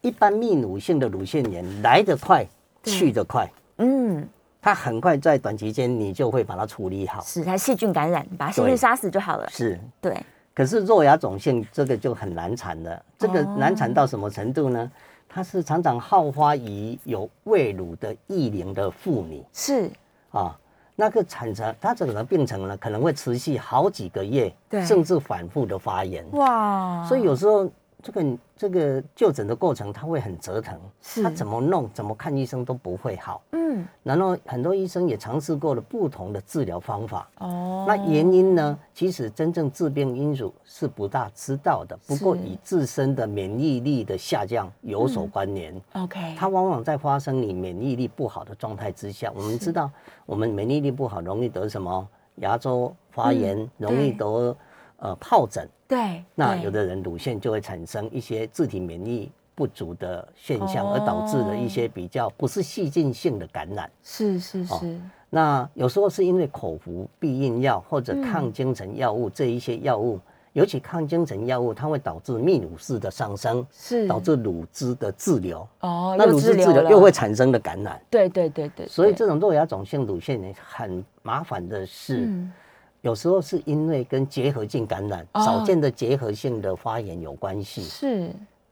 [SPEAKER 3] 一般泌乳性的乳腺炎来得快，
[SPEAKER 2] 对
[SPEAKER 3] 去得快，
[SPEAKER 2] 嗯，
[SPEAKER 3] 它很快在短期间你就会把它处理好。
[SPEAKER 2] 是它细菌感染，把细菌
[SPEAKER 3] 对
[SPEAKER 2] 杀死就好了。
[SPEAKER 3] 是，
[SPEAKER 2] 对，
[SPEAKER 3] 可是肉芽肿性这个就很难缠了，这个
[SPEAKER 2] 哦
[SPEAKER 3] 难缠到什么程度呢？它是常常好发于有未乳的易龄的妇女
[SPEAKER 2] 是，
[SPEAKER 3] 啊，那个产程，它整个病程呢可能会持续好几个月
[SPEAKER 2] 对，
[SPEAKER 3] 甚至反复的发炎。
[SPEAKER 2] 哇，
[SPEAKER 3] 所以有时候这个这个就诊的过程，它会很折腾，
[SPEAKER 2] 是
[SPEAKER 3] 它怎么弄、怎么看医生都不会好。
[SPEAKER 2] 嗯，
[SPEAKER 3] 然后很多医生也尝试过了不同的治疗方法，
[SPEAKER 2] 哦，
[SPEAKER 3] 那原因呢？其实真正致病因素是不大知道的，不过
[SPEAKER 2] 是
[SPEAKER 3] 与自身的免疫力的下降有所关联。
[SPEAKER 2] 嗯 OK，
[SPEAKER 3] 它往往在发生你免疫力不好的状态之下，我们知道我们免疫力不好容易得什么牙周发炎，容易得呃疱疹。
[SPEAKER 2] 对，
[SPEAKER 3] 那
[SPEAKER 2] 嗯对
[SPEAKER 3] 有的人乳腺就会产生一些自体免疫不足的现象，
[SPEAKER 2] 哦
[SPEAKER 3] 而导致了一些比较不是细菌性的感染。
[SPEAKER 2] 是是是。
[SPEAKER 3] 哦那有时候是因为口服避孕药或者
[SPEAKER 2] 嗯
[SPEAKER 3] 抗精神药物这一些药物，尤其抗精神药物，它会导致泌乳素的上升，
[SPEAKER 2] 是
[SPEAKER 3] 导致乳汁的滞留，
[SPEAKER 2] 哦，
[SPEAKER 3] 那
[SPEAKER 2] 又
[SPEAKER 3] 乳汁滞
[SPEAKER 2] 了
[SPEAKER 3] 留又会产生的感染。
[SPEAKER 2] 对对对对，
[SPEAKER 3] 所以
[SPEAKER 2] 对
[SPEAKER 3] 这种肉芽肿性乳腺炎很麻烦的是，
[SPEAKER 2] 嗯
[SPEAKER 3] 有时候是因为跟结核性感染、
[SPEAKER 2] 哦
[SPEAKER 3] 少见的结核性的发炎有关系。
[SPEAKER 2] 是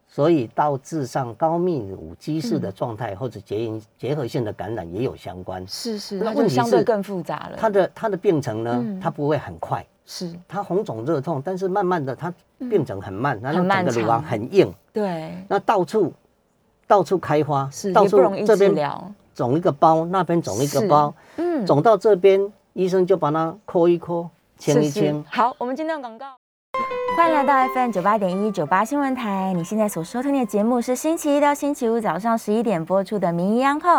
[SPEAKER 3] 所以导致上高密乳激素
[SPEAKER 2] 嗯
[SPEAKER 3] 的状态或者结因结核性的感染也有相关。
[SPEAKER 2] 是是，
[SPEAKER 3] 那
[SPEAKER 2] 它就
[SPEAKER 3] 问题
[SPEAKER 2] 相对
[SPEAKER 3] 是
[SPEAKER 2] 更复杂了。
[SPEAKER 3] 它的它的病程呢
[SPEAKER 2] 嗯，
[SPEAKER 3] 它不会很快，
[SPEAKER 2] 是
[SPEAKER 3] 它红肿热痛，但是慢慢的它病程很慢，然
[SPEAKER 2] 嗯
[SPEAKER 3] 后
[SPEAKER 2] 很漫
[SPEAKER 3] 整个
[SPEAKER 2] 长
[SPEAKER 3] 乳房很硬，
[SPEAKER 2] 对，
[SPEAKER 3] 那到处到处开花，
[SPEAKER 2] 是
[SPEAKER 3] 到
[SPEAKER 2] 也
[SPEAKER 3] 处
[SPEAKER 2] 不容易
[SPEAKER 3] 这
[SPEAKER 2] 治
[SPEAKER 3] 边
[SPEAKER 2] 疗。
[SPEAKER 3] 肿一个包，那边肿一个
[SPEAKER 2] 是
[SPEAKER 3] 包，
[SPEAKER 2] 嗯，
[SPEAKER 3] 肿到这边医生就把它抠一抠，清
[SPEAKER 2] 是
[SPEAKER 3] 一
[SPEAKER 2] 是
[SPEAKER 3] 清。
[SPEAKER 2] 好，我们今天的广告。欢迎来到 FM 九八点一九八新闻台，你现在所收听的节目是星期一到星期五早上十一点播出的《名医央后》，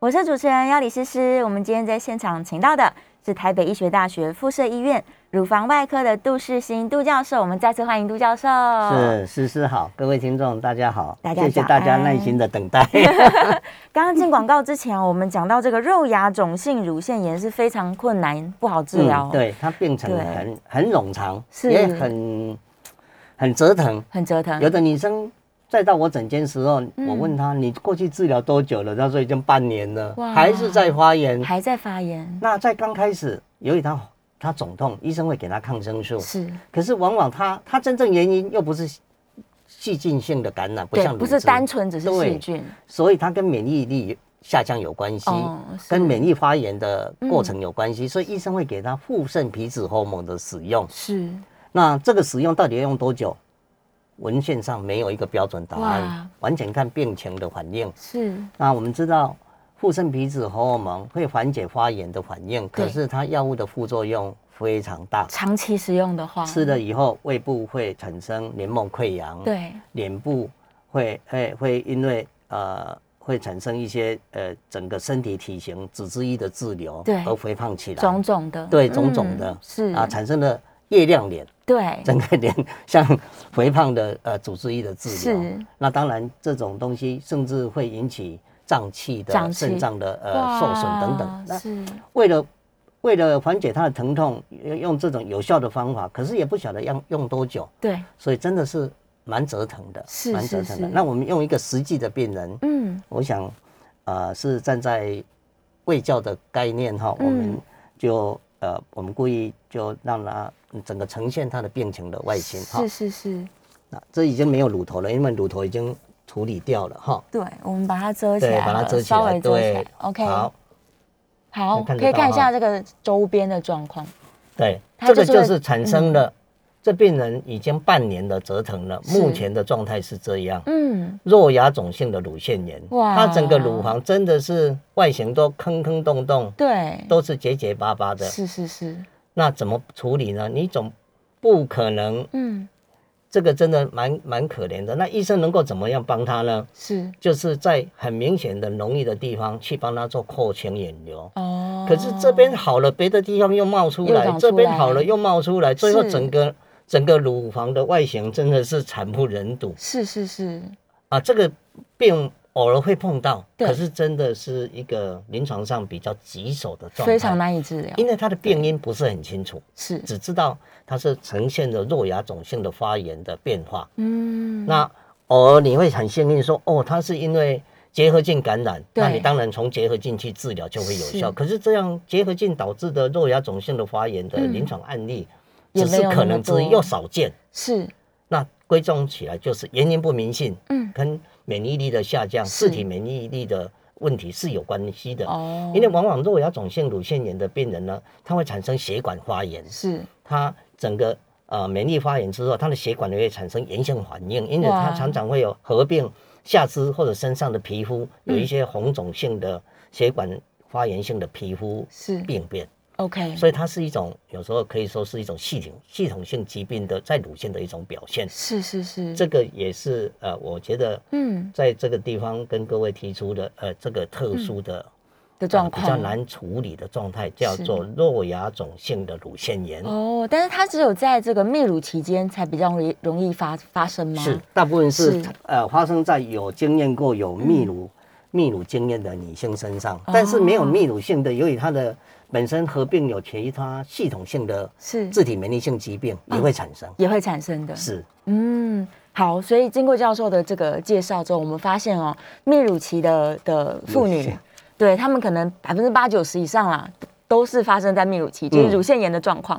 [SPEAKER 2] 我是主持人要李诗诗。我们今天在现场请到的是台北医学大学附设医院乳房外科的杜世新杜教授，我们再次欢迎杜教授。
[SPEAKER 3] 是，诗诗好，各位听众大家好，
[SPEAKER 2] 啊大家
[SPEAKER 3] 谢谢
[SPEAKER 2] 早
[SPEAKER 3] 大家耐
[SPEAKER 2] 安
[SPEAKER 3] 心的 等待。
[SPEAKER 2] 刚刚进广告之前啊，我们讲到这个肉芽肿性乳腺炎是非常困难、不好治疗、
[SPEAKER 3] 嗯，，对，它病程
[SPEAKER 2] 啊对
[SPEAKER 3] 很很冗长，
[SPEAKER 2] 是
[SPEAKER 3] 也很很折腾。
[SPEAKER 2] 很折腾
[SPEAKER 3] 有。的女生再到我诊间时候，我
[SPEAKER 2] 嗯
[SPEAKER 3] 问她你过去治疗多久了？她说已经半年了
[SPEAKER 2] 哇，
[SPEAKER 3] 还是在发炎。
[SPEAKER 2] 还在发炎，
[SPEAKER 3] 那在刚开始，由于她她肿痛，医生会给她抗生素，
[SPEAKER 2] 是
[SPEAKER 3] 可是往往她她真正原因又不是细菌性的感染，不
[SPEAKER 2] 对
[SPEAKER 3] 像，
[SPEAKER 2] 不
[SPEAKER 3] 乳
[SPEAKER 2] 是
[SPEAKER 3] 汁
[SPEAKER 2] 单纯只是细
[SPEAKER 3] 对
[SPEAKER 2] 菌，
[SPEAKER 3] 所以它跟免疫力下降有关系，
[SPEAKER 2] 哦是嗯
[SPEAKER 3] 跟免疫发炎的过程有关系，所以医生会给他复肾皮质荷尔蒙的使用。
[SPEAKER 2] 是
[SPEAKER 3] 那这个使用到底要用多久？文献上没有一个标准答
[SPEAKER 2] 哇
[SPEAKER 3] 案，完全看病情的反应。
[SPEAKER 2] 是
[SPEAKER 3] 那我们知道，复肾皮质荷尔蒙会缓解发炎的反应，
[SPEAKER 2] 对
[SPEAKER 3] 可是它药物的副作用非常大，
[SPEAKER 2] 长期使用的话，
[SPEAKER 3] 吃了以后胃部会产生黏膜溃疡，
[SPEAKER 2] 对
[SPEAKER 3] 脸部会会会因为呃会产生一些呃整个身体体型脂质一的滞留，
[SPEAKER 2] 对
[SPEAKER 3] 而肥胖起来，
[SPEAKER 2] 种种的，
[SPEAKER 3] 对种种的、
[SPEAKER 2] 嗯是
[SPEAKER 3] 啊产生了月亮脸，
[SPEAKER 2] 对
[SPEAKER 3] 整个脸像肥胖的呃组织一的滞留
[SPEAKER 2] 是。
[SPEAKER 3] 那当然这种东西甚至会引起脏器
[SPEAKER 2] 胀
[SPEAKER 3] 的
[SPEAKER 2] 气
[SPEAKER 3] 肾脏的呃
[SPEAKER 2] 哇
[SPEAKER 3] 受损等等。那
[SPEAKER 2] 是
[SPEAKER 3] 为了为了缓解它的疼痛，用用这种有效的方法，可是也不晓得要用多久。
[SPEAKER 2] 对，
[SPEAKER 3] 所以真的是蛮折腾的，
[SPEAKER 2] 是
[SPEAKER 3] 蛮
[SPEAKER 2] 是
[SPEAKER 3] 折腾的。
[SPEAKER 2] 是
[SPEAKER 3] 那我们用一个实际的病人，
[SPEAKER 2] 嗯，
[SPEAKER 3] 我想，呃，是站在卫教的概念哈，
[SPEAKER 2] 嗯
[SPEAKER 3] 我们就呃，我们故意就让他整个呈现他的病情的外形哈
[SPEAKER 2] 是。是是，
[SPEAKER 3] 那这已经没有乳头了，因为乳头已经处理掉了哈。
[SPEAKER 2] 对，我们把它遮起
[SPEAKER 3] 对
[SPEAKER 2] 来了，
[SPEAKER 3] 把它遮起来
[SPEAKER 2] 稍微遮起来
[SPEAKER 3] 对
[SPEAKER 2] ，OK，
[SPEAKER 3] 好，
[SPEAKER 2] 好，
[SPEAKER 3] 看得
[SPEAKER 2] 可以
[SPEAKER 3] 到
[SPEAKER 2] 看一下
[SPEAKER 3] 哈
[SPEAKER 2] 这个周边的状况，
[SPEAKER 3] 对，
[SPEAKER 2] 它
[SPEAKER 3] 这个
[SPEAKER 2] 就是嗯
[SPEAKER 3] 就是产生了这病人已经半年的折腾了，
[SPEAKER 2] 是
[SPEAKER 3] 目前的状态是这样。
[SPEAKER 2] 嗯，
[SPEAKER 3] 弱牙肿性的乳腺炎，
[SPEAKER 2] 哇
[SPEAKER 3] 它整个乳房真的是外形都坑坑洞洞，
[SPEAKER 2] 对，
[SPEAKER 3] 都是结结巴巴的。
[SPEAKER 2] 是是是，
[SPEAKER 3] 那怎么处理呢？你总不可能，
[SPEAKER 2] 嗯，
[SPEAKER 3] 这个真的蛮蛮可怜的。那医生能够怎么样帮他呢？
[SPEAKER 2] 是
[SPEAKER 3] 就是在很明显的脓液的地方去帮他做扩清引流。
[SPEAKER 2] 哦。
[SPEAKER 3] 可是这边好了，别的地方又冒出
[SPEAKER 2] 又
[SPEAKER 3] 来，
[SPEAKER 2] 长出
[SPEAKER 3] 这边
[SPEAKER 2] 来
[SPEAKER 3] 好了又冒出来，最后
[SPEAKER 2] 是
[SPEAKER 3] 整个整个乳房的外形真的是惨不忍睹
[SPEAKER 2] 是是是，
[SPEAKER 3] 啊！这个病偶尔会碰到，
[SPEAKER 2] 对
[SPEAKER 3] 可是真的是一个临床上比较棘手的状态，
[SPEAKER 2] 非常难以治疗，
[SPEAKER 3] 因为它的病因不是很清楚，
[SPEAKER 2] 是，
[SPEAKER 3] 只知道它是呈现着弱牙肿性的发炎的变化。
[SPEAKER 2] 嗯，
[SPEAKER 3] 那偶尔你会很幸运说，哦，它是因为结核菌感染，
[SPEAKER 2] 对
[SPEAKER 3] 那你当然从结核菌去治疗就会有效。
[SPEAKER 2] 是
[SPEAKER 3] 可是这样结核菌导致的肉芽肿性的发炎的
[SPEAKER 2] 嗯
[SPEAKER 3] 临床案例，
[SPEAKER 2] 也
[SPEAKER 3] 只
[SPEAKER 2] 没
[SPEAKER 3] 是
[SPEAKER 2] 有那么
[SPEAKER 3] 可能之
[SPEAKER 2] 多
[SPEAKER 3] 又少见。
[SPEAKER 2] 是，
[SPEAKER 3] 那归宗起来就是原因不明性，
[SPEAKER 2] 嗯，
[SPEAKER 3] 跟免疫力的下降、
[SPEAKER 2] 是
[SPEAKER 3] 自体免疫力的问题是有关系的。
[SPEAKER 2] 哦，
[SPEAKER 3] 因为往往肉芽肿性乳腺炎的病人呢，它会产生血管发炎，
[SPEAKER 2] 是
[SPEAKER 3] 它整个呃免疫发炎之后，它的血管也会产生炎性反应，因此
[SPEAKER 2] 哇
[SPEAKER 3] 它常常会有合并下肢或者身上的皮肤有一些红肿性的血管发炎性的皮肤
[SPEAKER 2] 是
[SPEAKER 3] 病变，
[SPEAKER 2] ，OK，
[SPEAKER 3] 所以它是一种有时候可以说是一种系统系统性疾病的在乳腺的一种表现。
[SPEAKER 2] 是是是，
[SPEAKER 3] 这个也是呃，我觉得
[SPEAKER 2] 嗯
[SPEAKER 3] 在这个地方跟各位提出的呃这个特殊的、
[SPEAKER 2] 的
[SPEAKER 3] 呃
[SPEAKER 2] 嗯状
[SPEAKER 3] 比
[SPEAKER 2] 况
[SPEAKER 3] 较难处理的状态，叫
[SPEAKER 2] 是
[SPEAKER 3] 做肉芽肿性的乳腺炎。
[SPEAKER 2] 哦，但是它只有在这个泌乳期间才比较容易容易发发生吗？
[SPEAKER 3] 是，大部分是
[SPEAKER 2] 是嗯
[SPEAKER 3] 呃发生在有经验过有泌乳、泌乳经验的女性身上，
[SPEAKER 2] 哦
[SPEAKER 3] 但是没有泌乳性的，由于她的本身合并有其他系统性的
[SPEAKER 2] 是嗯
[SPEAKER 3] 自体免疫性疾病也会产生。
[SPEAKER 2] 也会产生的，
[SPEAKER 3] 是，
[SPEAKER 2] 嗯，好，所以经过教授的这个介绍之后，我们发现哦，泌乳期的的妇
[SPEAKER 3] 乳
[SPEAKER 2] 女
[SPEAKER 3] 腺，
[SPEAKER 2] 对她们可能百分之八九十以上啦，都是发生在泌乳期，就是
[SPEAKER 3] 嗯
[SPEAKER 2] 乳腺炎的状况。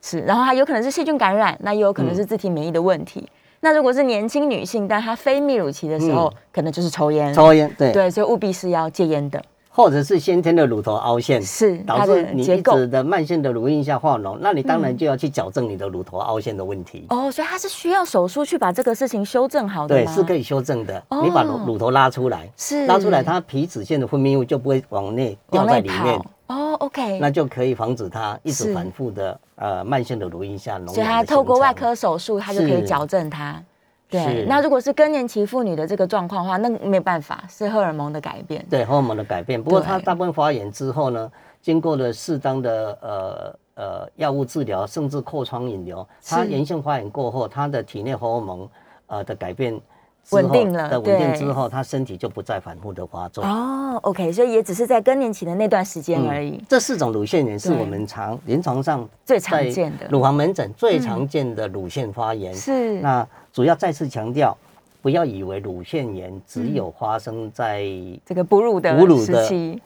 [SPEAKER 2] 是，然后它有可能是细菌感染，那也有可
[SPEAKER 3] 嗯
[SPEAKER 2] 能是自体免疫的问题。那如果是年轻女性，但她非泌乳期的时候，
[SPEAKER 3] 嗯
[SPEAKER 2] 可能就是抽烟。
[SPEAKER 3] 抽烟对，
[SPEAKER 2] 对，所以务必是要戒烟的。
[SPEAKER 3] 或者是先天的乳头凹陷。
[SPEAKER 2] 是
[SPEAKER 3] 导
[SPEAKER 2] 它
[SPEAKER 3] 致
[SPEAKER 2] 的
[SPEAKER 3] 你
[SPEAKER 2] 结
[SPEAKER 3] 一
[SPEAKER 2] 构嗯
[SPEAKER 3] 直的慢性的乳晕下化脓，那你当然就要去矫正你的乳头凹陷的问题。
[SPEAKER 2] 哦，所以它是需要手术去把这个事情修正好的
[SPEAKER 3] 对，
[SPEAKER 2] 吗？
[SPEAKER 3] 是可
[SPEAKER 2] 以，
[SPEAKER 3] 以修正的。你把乳
[SPEAKER 2] 哦
[SPEAKER 3] 乳头拉出来，
[SPEAKER 2] 是
[SPEAKER 3] 拉出来，它皮脂腺的分泌物就不会往内掉
[SPEAKER 2] 往内
[SPEAKER 3] 在里面
[SPEAKER 2] 跑。。哦，OK，
[SPEAKER 3] 那就可以防止它一
[SPEAKER 2] 是
[SPEAKER 3] 直反复的呃慢性的乳晕下脓。
[SPEAKER 2] 所以它透过外科手术，它就可以矫正它。对
[SPEAKER 3] 是，
[SPEAKER 2] 那如果是更年期妇女的这个状况的话，那没办法，是荷尔蒙的改变。
[SPEAKER 3] 对荷尔蒙的改变，不过它
[SPEAKER 2] 对
[SPEAKER 3] 大部分发炎之后呢，经过了适当的呃呃药物治疗，甚至扩窗引流，它
[SPEAKER 2] 是
[SPEAKER 3] 炎性发炎过后，它的体内荷尔蒙呃的改变之
[SPEAKER 2] 稳
[SPEAKER 3] 后
[SPEAKER 2] 定了
[SPEAKER 3] 的稳定
[SPEAKER 2] 对
[SPEAKER 3] 之后，它身体就不再反复的发作。
[SPEAKER 2] 哦，OK，所以也只是在更年期的那段时间
[SPEAKER 3] 嗯
[SPEAKER 2] 而已，
[SPEAKER 3] 这四种乳腺炎是
[SPEAKER 2] 对
[SPEAKER 3] 我们常临床上
[SPEAKER 2] 最常
[SPEAKER 3] 在
[SPEAKER 2] 见的嗯
[SPEAKER 3] 乳房门诊最常见的乳腺发炎。
[SPEAKER 2] 是
[SPEAKER 3] 那主要再次强调，不要以为乳腺炎只
[SPEAKER 2] 嗯
[SPEAKER 3] 有发生在
[SPEAKER 2] 这个哺乳的
[SPEAKER 3] 哺乳
[SPEAKER 2] 时
[SPEAKER 3] 的
[SPEAKER 2] 期。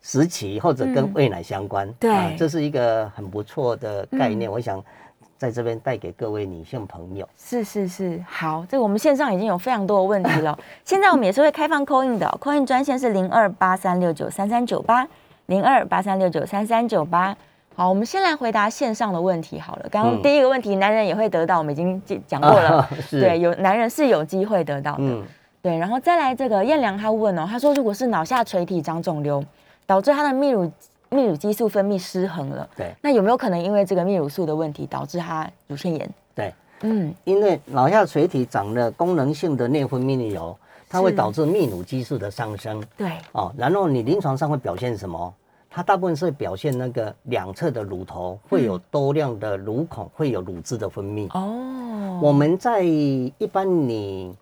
[SPEAKER 3] 时期或者
[SPEAKER 2] 嗯
[SPEAKER 3] 跟喂奶相关。啊
[SPEAKER 2] 对嗯
[SPEAKER 3] 这是一个很不错的概念，我想在这边带给各位女性朋友。
[SPEAKER 2] 是是是，好，这个我们线上已经有非常多的问题了。现在我们也是会开放 call in 的、哦、，call in 专线是零二八三六九三三九八零二八三六九三三九八。好，我们先来回答线上的问题好了。刚刚
[SPEAKER 3] 嗯
[SPEAKER 2] 第一个问题，男人也会得到，我们已经记讲过了。
[SPEAKER 3] 啊是
[SPEAKER 2] 对，有男人是有机会得到的。
[SPEAKER 3] 嗯，
[SPEAKER 2] 对，然后再来这个燕良他问哦，他说如果是脑下垂体长肿瘤，导致他的泌乳泌乳激素分泌失衡了，
[SPEAKER 3] 对
[SPEAKER 2] 那有没有可能因为这个泌乳素的问题导致他乳腺炎？
[SPEAKER 3] 对，
[SPEAKER 2] 嗯，
[SPEAKER 3] 因为脑下垂体长了功能性的内分泌瘤，它会
[SPEAKER 2] 是
[SPEAKER 3] 导致泌乳激素的上升。
[SPEAKER 2] 对，
[SPEAKER 3] 哦，然后你临床上会表现什么？它大部分是表现那个两侧的乳头会
[SPEAKER 2] 嗯
[SPEAKER 3] 有多量的乳孔，会有乳汁的分泌。
[SPEAKER 2] 哦，
[SPEAKER 3] 我们在一般你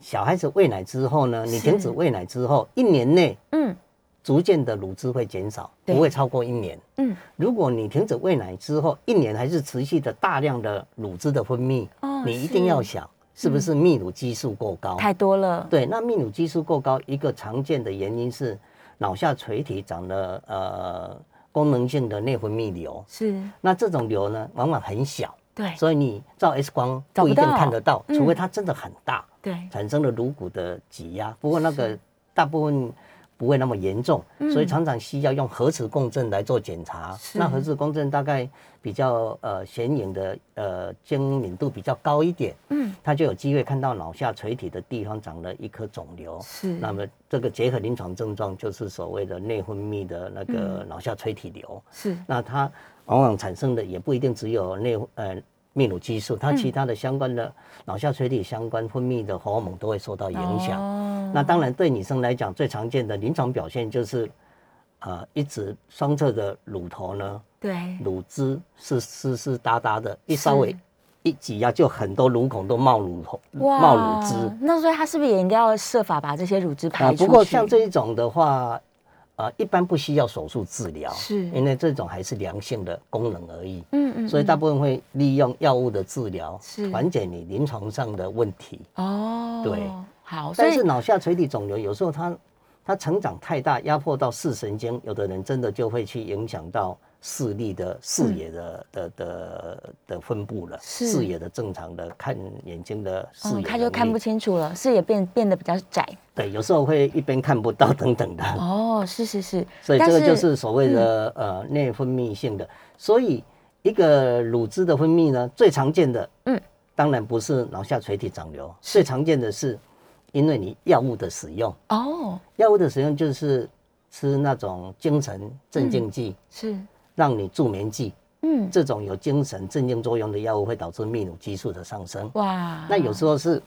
[SPEAKER 3] 小孩子喂奶之后呢，你
[SPEAKER 2] 是
[SPEAKER 3] 停止喂奶之后，一年内
[SPEAKER 2] 嗯
[SPEAKER 3] 逐渐的乳汁会减少，
[SPEAKER 2] 对
[SPEAKER 3] 不会超过一年。
[SPEAKER 2] 嗯，
[SPEAKER 3] 如果你停止喂奶之后，一年还是持续的大量的乳汁的分泌，
[SPEAKER 2] 哦
[SPEAKER 3] 你一定要
[SPEAKER 2] 是嗯
[SPEAKER 3] 想是不是泌乳激素过高？
[SPEAKER 2] 太多了，
[SPEAKER 3] 对，那泌乳激素过高，一个常见的原因是脑下垂体长了呃功能性的内分泌瘤。
[SPEAKER 2] 是，
[SPEAKER 3] 那这种瘤呢，往往很小，
[SPEAKER 2] 对
[SPEAKER 3] 所以你照 X 光
[SPEAKER 2] 嗯找
[SPEAKER 3] 不
[SPEAKER 2] 不
[SPEAKER 3] 一定
[SPEAKER 2] 到
[SPEAKER 3] 看得到，
[SPEAKER 2] 嗯
[SPEAKER 3] 除非它真的很大，
[SPEAKER 2] 对，
[SPEAKER 3] 产生了颅骨的挤压。不过那个大部分不会那么严重，
[SPEAKER 2] 嗯
[SPEAKER 3] 所以常常需要用核磁共振来做检查。那核磁共振大概比较呃显影的呃精敏度比较高一点，嗯，它就有机会看到脑下垂体的地方长了一颗肿瘤。
[SPEAKER 2] 是
[SPEAKER 3] 那么这个结合临床症状就是所谓的内分泌的那个脑下垂体瘤。
[SPEAKER 2] 是
[SPEAKER 3] 那它往往产生的也不一定只有内呃泌乳激素，它其他的相关的脑下垂体相关分泌的荷尔蒙都会受到影响。
[SPEAKER 2] 哦
[SPEAKER 3] 那当然，对女生来讲，最常见的临床表现就是，呃，一直双侧的乳头呢，
[SPEAKER 2] 对
[SPEAKER 3] 乳汁是湿湿哒哒的，一稍微一挤压，就很多乳孔都冒乳头，嗯冒乳汁。
[SPEAKER 2] 那所以他是不是也应该要设法把这些乳汁
[SPEAKER 3] 啊、
[SPEAKER 2] 排出去？
[SPEAKER 3] 不过像这一种的话，呃，一般不需要手术治疗，
[SPEAKER 2] 是
[SPEAKER 3] 因为这种还是良性的功能而已。
[SPEAKER 2] 嗯嗯，
[SPEAKER 3] 所以
[SPEAKER 2] 嗯
[SPEAKER 3] 大部分会利用药物的治疗
[SPEAKER 2] 是，
[SPEAKER 3] 缓解你临床上的问题。
[SPEAKER 2] 哦
[SPEAKER 3] 对，
[SPEAKER 2] 好，所
[SPEAKER 3] 但
[SPEAKER 2] 以
[SPEAKER 3] 是脑下垂体肿瘤有时候它它成长太大，压迫到视神经，有的人真的就会去影响到视力的视野的、的的的分布了，
[SPEAKER 2] 嗯是
[SPEAKER 3] 视野的正常的看眼睛的视野、
[SPEAKER 2] 嗯，他就看不
[SPEAKER 3] 清，
[SPEAKER 2] 清楚了，视野变变得比较窄。
[SPEAKER 3] 对，有时候会一边看不到等等的，
[SPEAKER 2] 哦，是是是，
[SPEAKER 3] 嗯
[SPEAKER 2] 嗯
[SPEAKER 3] 所以
[SPEAKER 2] 但
[SPEAKER 3] 这个就是所谓的、呃内分泌性的。所以一个乳汁的分泌呢，最常见的，
[SPEAKER 2] 嗯，
[SPEAKER 3] 当然不是脑下垂体肿瘤，最常见的是因为你药物的使用。
[SPEAKER 2] 哦，
[SPEAKER 3] 药物的使用就是吃那种精神镇静剂，
[SPEAKER 2] 是
[SPEAKER 3] 让你助眠剂，
[SPEAKER 2] 嗯，
[SPEAKER 3] 这种有精神镇静作用的药物会导致泌乳激素的上升。
[SPEAKER 2] 哇，
[SPEAKER 3] 那有时候是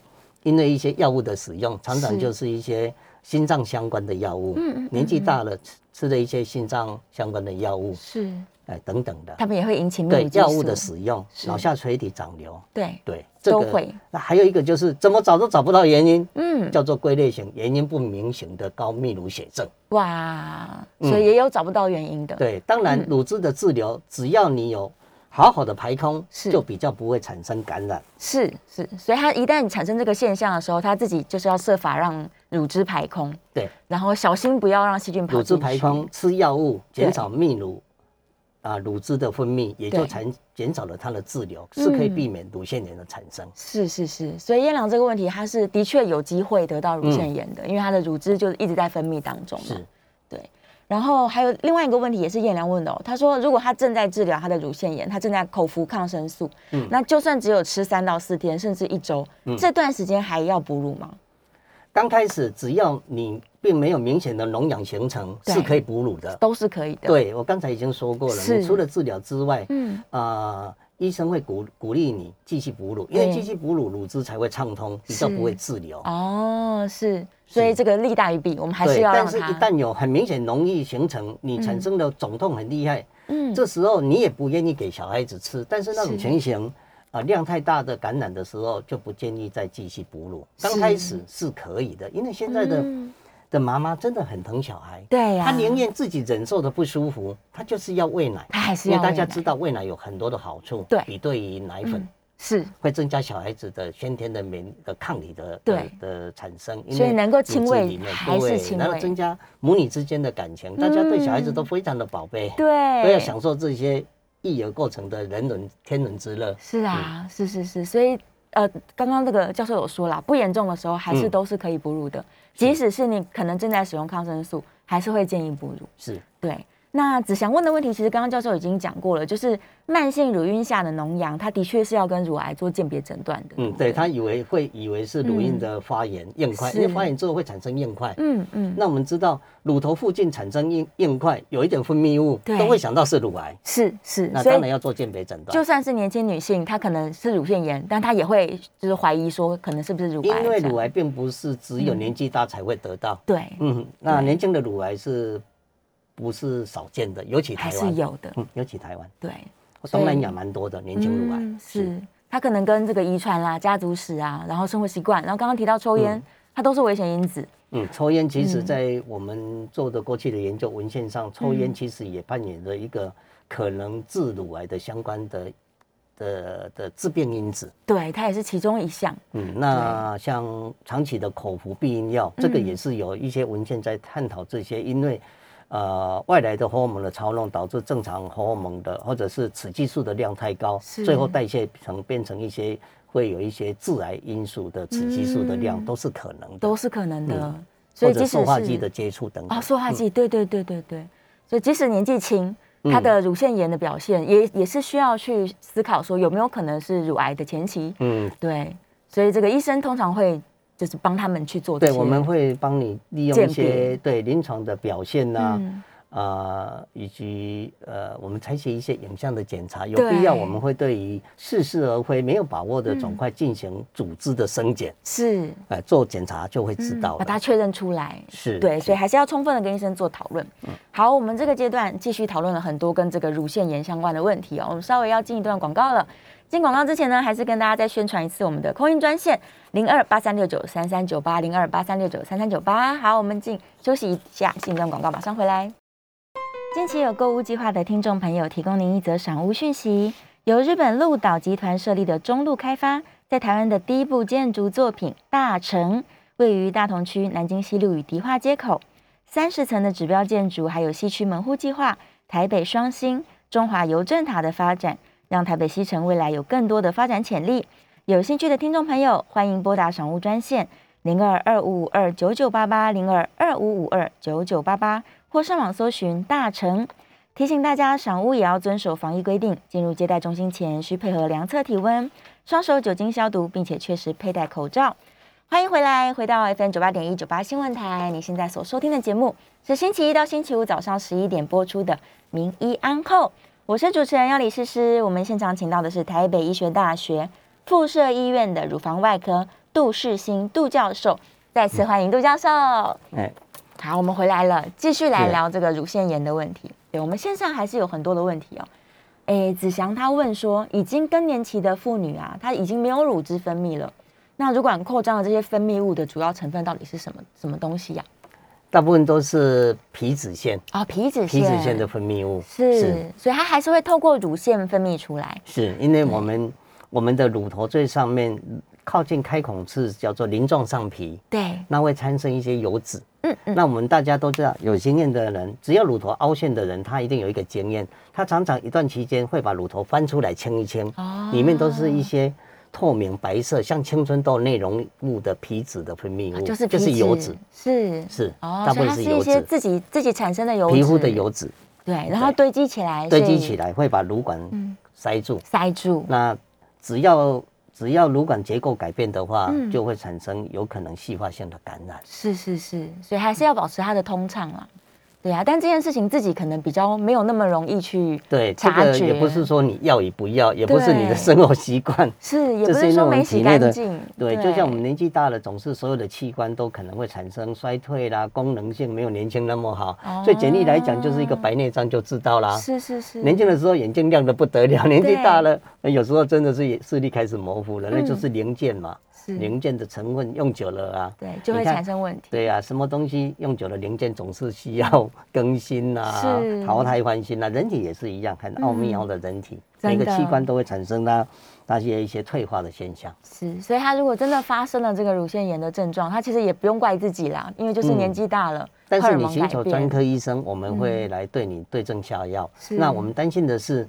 [SPEAKER 3] 因为一些药物的使用，常常
[SPEAKER 2] 是
[SPEAKER 3] 就是一些心脏相关的药物，
[SPEAKER 2] 嗯嗯嗯
[SPEAKER 3] 年纪大了吃吃了一些心脏相关的药物，
[SPEAKER 2] 是
[SPEAKER 3] 哎等等的，
[SPEAKER 2] 他们也会引起泌
[SPEAKER 3] 对
[SPEAKER 2] 乳激
[SPEAKER 3] 药物的
[SPEAKER 2] 素
[SPEAKER 3] 使用，
[SPEAKER 2] 是
[SPEAKER 3] 脑下垂体长瘤，
[SPEAKER 2] 对，
[SPEAKER 3] 对这
[SPEAKER 2] 都
[SPEAKER 3] 个
[SPEAKER 2] 会。
[SPEAKER 3] 那还有一个就是怎么找都找不到原因，
[SPEAKER 2] 嗯，
[SPEAKER 3] 叫做归类型原因不明型的高泌乳血症。
[SPEAKER 2] 哇，
[SPEAKER 3] 嗯
[SPEAKER 2] 所以也有找不到原因的。，
[SPEAKER 3] 对，当
[SPEAKER 2] 嗯
[SPEAKER 3] 然乳汁的滞留，只要你有好好的排空，
[SPEAKER 2] 是
[SPEAKER 3] 就比较不会产生感染。
[SPEAKER 2] 是是，所以他一旦产生这个现象的时候，他自己就是要设法让乳汁排空，
[SPEAKER 3] 对，
[SPEAKER 2] 然后小心不要让细菌跑
[SPEAKER 3] 乳汁
[SPEAKER 2] 进
[SPEAKER 3] 排
[SPEAKER 2] 去
[SPEAKER 3] 空，，吃药物
[SPEAKER 2] 对
[SPEAKER 3] 减少泌乳，啊，乳汁的分泌也就
[SPEAKER 2] 对嗯
[SPEAKER 3] 产减少了它的滞留，是可以避免乳腺炎的产生。
[SPEAKER 2] 是是是，所以咽囊这个问题，它是的确有机会得到乳腺炎的，因为它的乳汁就是一直在分泌当中嘛。
[SPEAKER 3] 嗯是，
[SPEAKER 2] 对。然后还有另外一个问题，也是燕良问的、哦，他说如果他正在治疗他的乳腺炎，他正在口服抗生素，
[SPEAKER 3] 嗯
[SPEAKER 2] 那就算只有吃三到四天，甚至一周，这段时间还要哺乳吗？
[SPEAKER 3] 刚开始只要你并没有明显的脓疡形成，
[SPEAKER 2] 对
[SPEAKER 3] 是可以哺乳的。
[SPEAKER 2] 都是可以的。，
[SPEAKER 3] 对我刚才已经说过了，
[SPEAKER 2] 是
[SPEAKER 3] 你除了治疗之外，
[SPEAKER 2] 嗯，
[SPEAKER 3] 啊、医生会鼓鼓励你继续哺乳，因为
[SPEAKER 2] 对
[SPEAKER 3] 继续哺乳，乳汁才会畅通，比较
[SPEAKER 2] 是
[SPEAKER 3] 不会滞留。
[SPEAKER 2] 哦，是，所以这个利大于弊，我们还是
[SPEAKER 3] 对，
[SPEAKER 2] 要让
[SPEAKER 3] 但是一
[SPEAKER 2] 它。
[SPEAKER 3] 旦有很明显脓液形成，你产生的肿痛很厉害，
[SPEAKER 2] 嗯，
[SPEAKER 3] 这时候你也不愿意给小孩子吃，但是那种
[SPEAKER 2] 是
[SPEAKER 3] 情形啊、量太大的感染的时候，就不建议再继续哺乳。刚
[SPEAKER 2] 是
[SPEAKER 3] 开始是可以的，因为现在的、
[SPEAKER 2] 嗯
[SPEAKER 3] 的妈妈真的很疼小孩，
[SPEAKER 2] 对啊呀、
[SPEAKER 3] 她宁愿自己忍受的不舒服，她就是要喂奶，
[SPEAKER 2] 他还是
[SPEAKER 3] 因为
[SPEAKER 2] 要
[SPEAKER 3] 大
[SPEAKER 2] 喂
[SPEAKER 3] 家
[SPEAKER 2] 奶
[SPEAKER 3] 知道喂奶有很多的好处，
[SPEAKER 2] 对
[SPEAKER 3] 比对于奶粉。
[SPEAKER 2] 嗯是
[SPEAKER 3] 会增加小孩子的先天的免的抗体的
[SPEAKER 2] 对
[SPEAKER 3] 的的产生，
[SPEAKER 2] 所以能够亲喂
[SPEAKER 3] 因为乳汁里面
[SPEAKER 2] 还是
[SPEAKER 3] 对
[SPEAKER 2] 亲喂嗯
[SPEAKER 3] 然后增加母女之间的感情，大家对小孩子都非常的宝贝，
[SPEAKER 2] 对，
[SPEAKER 3] 都要享受这些育儿过程的人伦天伦之乐。
[SPEAKER 2] 是啊，
[SPEAKER 3] 嗯
[SPEAKER 2] 是是是，所以呃，刚刚这个教授有说啦，不严重的时候还是
[SPEAKER 3] 嗯
[SPEAKER 2] 都是可以哺乳的，即使是你可能正在使用抗生素，还是会建议哺乳。
[SPEAKER 3] 是
[SPEAKER 2] 对，那子祥问的问题，其实刚刚教授已经讲过了，就是慢性乳晕下的脓疡，它的确是要跟乳癌做鉴别诊断的。
[SPEAKER 3] 嗯，
[SPEAKER 2] 不
[SPEAKER 3] 对他以为会以为是
[SPEAKER 2] 嗯
[SPEAKER 3] 乳晕的发炎硬块，
[SPEAKER 2] 是
[SPEAKER 3] 因为发炎之后会产生硬块。
[SPEAKER 2] 嗯嗯，
[SPEAKER 3] 那我们知道乳头附近产生硬硬块，有一点分泌物，
[SPEAKER 2] 对
[SPEAKER 3] 都会想到是乳癌，
[SPEAKER 2] 是是，
[SPEAKER 3] 那
[SPEAKER 2] 所
[SPEAKER 3] 当然
[SPEAKER 2] 以
[SPEAKER 3] 要做鉴别诊断。
[SPEAKER 2] 就算是年轻女性，她可能是乳腺炎，但她也会就是怀疑说可能是不是乳癌这样，嗯
[SPEAKER 3] 因为乳癌并不是只有年纪大才会得到，
[SPEAKER 2] 对，
[SPEAKER 3] 嗯，那
[SPEAKER 2] 对
[SPEAKER 3] 年轻的乳癌是不是少见的？尤其
[SPEAKER 2] 还
[SPEAKER 3] 台
[SPEAKER 2] 是
[SPEAKER 3] 湾，
[SPEAKER 2] 有的，
[SPEAKER 3] 嗯，尤其台湾，
[SPEAKER 2] 对。所以
[SPEAKER 3] 东南亚蛮多的年轻乳癌。
[SPEAKER 2] 嗯、是，它可能跟这个遗传啦、家族史啊，然后生活习惯，然后刚刚提到抽烟，它都是危险因子。
[SPEAKER 3] 嗯，抽烟其实，在我们做的过去的研究文献上，抽烟其实也扮演着一个可能致乳癌的相关的的的致病因子。
[SPEAKER 2] 对，它也是其中一项。
[SPEAKER 3] 嗯，那像长期的口服避孕药，这
[SPEAKER 2] 嗯
[SPEAKER 3] 个也是有一些文献在探讨这些，因为呃外来的荷尔蒙的操弄导致正常荷尔蒙的或者是雌激素的量太高，
[SPEAKER 2] 是
[SPEAKER 3] 最后代谢成变成一些会有一些致癌因素的雌激素的量、
[SPEAKER 2] 嗯
[SPEAKER 3] 都是可能的。
[SPEAKER 2] 都是可能的。所
[SPEAKER 3] 嗯或
[SPEAKER 2] 以
[SPEAKER 3] 者
[SPEAKER 2] 即使
[SPEAKER 3] 塑化
[SPEAKER 2] 是
[SPEAKER 3] 剂的嗯接触等等
[SPEAKER 2] 啊，。塑化剂，对对对对对，所以即使年纪轻，
[SPEAKER 3] 嗯
[SPEAKER 2] 他的乳腺炎的表现也也是需要去思考说有没有可能是乳癌的前期，
[SPEAKER 3] 嗯，
[SPEAKER 2] 对，所以这个医生通常会就是帮他们去做切，
[SPEAKER 3] 对，我们会帮你利用
[SPEAKER 2] 鉴
[SPEAKER 3] 一
[SPEAKER 2] 别
[SPEAKER 3] 些对临床的表现啊呐、
[SPEAKER 2] 嗯
[SPEAKER 3] 呃，以及呃，我们采取一些影像的检查，有
[SPEAKER 2] 对
[SPEAKER 3] 必要我们会对于似是而非、没有把握的肿块进行组织的生检，
[SPEAKER 2] 是嗯
[SPEAKER 3] 呃，做检查就会知道
[SPEAKER 2] 把
[SPEAKER 3] 了。
[SPEAKER 2] 它确认出来。
[SPEAKER 3] 是
[SPEAKER 2] 对，
[SPEAKER 3] 是嗯
[SPEAKER 2] 所以还是要充分的跟医生做讨论。好，我们这个阶段继续讨论了很多跟这个乳腺炎相关的问题哦。我们稍微要进一段广告了。进广告之前呢，还是跟大家再宣传一次我们的空运专线零二八三六九三三九八零二八三六九三三九八。好，我们进休息一下，进一段广告，马上回来。近期有购物计划的听众朋友，提供您一则赏屋讯息：由日本鹿岛集团设立的中路开发，在台湾的第一部建筑作品《大成》，位于大同区南京西路与迪化街口，三十层的指标建筑，还有西区门户计划、台北双星、中华邮政塔的发展，让台北西城未来有更多的发展潜力。有兴趣的听众朋友，欢迎拨打赏屋专线零二二五五二九九八八零二二五五二九九八八，或上网搜寻大成。提醒大家，赏屋也要遵守防疫规定，进入接待中心前需配合量测体温、双手酒精消毒，并且确实佩戴口罩。欢迎回来，回到 FM 九八点一九八新闻台。你现在所收听的节目是星期一到星期五早上十一点播出的《名医安后》，我是主持人要李诗诗。我们现场请到的是台北医学大学附设医院的乳房外科杜世新杜教授，再次欢迎杜教授。
[SPEAKER 3] 哎，
[SPEAKER 2] 好，我们回来了，继续来
[SPEAKER 3] 是
[SPEAKER 2] 聊这个乳腺炎的问题。对，我们线上还是有很多的问题哦。诶，子祥他问说，已经更年期的妇女啊，她已经没有乳汁分泌了，那乳管扩张的这些分泌物的主要成分到底是什么什么东西呀、
[SPEAKER 3] 大部分都是皮脂腺，
[SPEAKER 2] 哦，皮脂
[SPEAKER 3] 皮
[SPEAKER 2] 腺，
[SPEAKER 3] 脂腺的分泌物
[SPEAKER 2] 是，所以它还是会透过乳腺分泌出来。
[SPEAKER 3] 是因为我们我们的乳头最上面靠近开孔处叫做鳞状上皮，
[SPEAKER 2] 对，
[SPEAKER 3] 那会产生一些油脂。
[SPEAKER 2] 嗯嗯，
[SPEAKER 3] 那我们大家都知道，有经验的人，只要乳头凹陷的人，他一定有一个经验，他常常一段期间会把乳头翻出来清一清，
[SPEAKER 2] 哦
[SPEAKER 3] 里面都是一些透明白色，像青春痘内容物的皮脂的分泌物，
[SPEAKER 2] 啊就是皮
[SPEAKER 3] 哦就是油脂，，
[SPEAKER 2] 是
[SPEAKER 3] 是
[SPEAKER 2] 哦，
[SPEAKER 3] 大
[SPEAKER 2] 所
[SPEAKER 3] 部
[SPEAKER 2] 以它是
[SPEAKER 3] 分是
[SPEAKER 2] 一
[SPEAKER 3] 油
[SPEAKER 2] 些
[SPEAKER 3] 脂，
[SPEAKER 2] 自己自己产生的油脂，哎
[SPEAKER 3] 皮肤的油脂
[SPEAKER 2] 对，然后堆积起来，
[SPEAKER 3] 堆积起
[SPEAKER 2] 来
[SPEAKER 3] 来会把乳管
[SPEAKER 2] 嗯
[SPEAKER 3] 塞住，
[SPEAKER 2] 塞住，
[SPEAKER 3] 那只要只要乳管结构改变的话，
[SPEAKER 2] 嗯
[SPEAKER 3] 就会产生有可能细化性的感染。
[SPEAKER 2] 是是是，所以还是要保持它的通畅啦。对啊，但这件事情自己可能比较没有那么容易去
[SPEAKER 3] 对，这
[SPEAKER 2] 察
[SPEAKER 3] 个
[SPEAKER 2] 觉，
[SPEAKER 3] 也不是说你要与不要，也不是你
[SPEAKER 2] 对
[SPEAKER 3] 的生活习惯。
[SPEAKER 2] 是也
[SPEAKER 3] 这
[SPEAKER 2] 不是
[SPEAKER 3] 是
[SPEAKER 2] 说
[SPEAKER 3] 那
[SPEAKER 2] 没
[SPEAKER 3] 种
[SPEAKER 2] 洗
[SPEAKER 3] 体内
[SPEAKER 2] 干
[SPEAKER 3] 的
[SPEAKER 2] 净，
[SPEAKER 3] 对，就像我们年纪大了，总是所有的器官都可能会产生衰退啦，功能性没有年轻那么好。所以简历来讲，就是一个白内障就知道啦。
[SPEAKER 2] 哦是是是
[SPEAKER 3] 啊年轻的时候眼睛亮得不得了，年
[SPEAKER 2] 对
[SPEAKER 3] 纪大了，呃有时候真的是也视力开始模糊了，那就
[SPEAKER 2] 嗯
[SPEAKER 3] 是零件嘛，
[SPEAKER 2] 是
[SPEAKER 3] 零件的成分用久了啊，
[SPEAKER 2] 对就
[SPEAKER 3] 你
[SPEAKER 2] 会
[SPEAKER 3] 看
[SPEAKER 2] 产生问题，
[SPEAKER 3] 对呀、啊什么东西用久了，零件总是需要更新呐、
[SPEAKER 2] 是
[SPEAKER 3] 淘汰换新呐、啊人体也是一样，很奥妙的人体，
[SPEAKER 2] 嗯真
[SPEAKER 3] 每个
[SPEAKER 2] 的
[SPEAKER 3] 器官都会产生那那些一些退化的现象。
[SPEAKER 2] 是，所以他如果真的发生了这个乳腺炎的症状，他其实也不用怪自己啦，因为就是年纪大了，
[SPEAKER 3] 嗯但
[SPEAKER 2] 荷
[SPEAKER 3] 是
[SPEAKER 2] 尔
[SPEAKER 3] 你
[SPEAKER 2] 蒙
[SPEAKER 3] 寻
[SPEAKER 2] 改
[SPEAKER 3] 求
[SPEAKER 2] 变
[SPEAKER 3] 专科医生，我们会来对你对症下药。
[SPEAKER 2] 是
[SPEAKER 3] 那我们担心的是，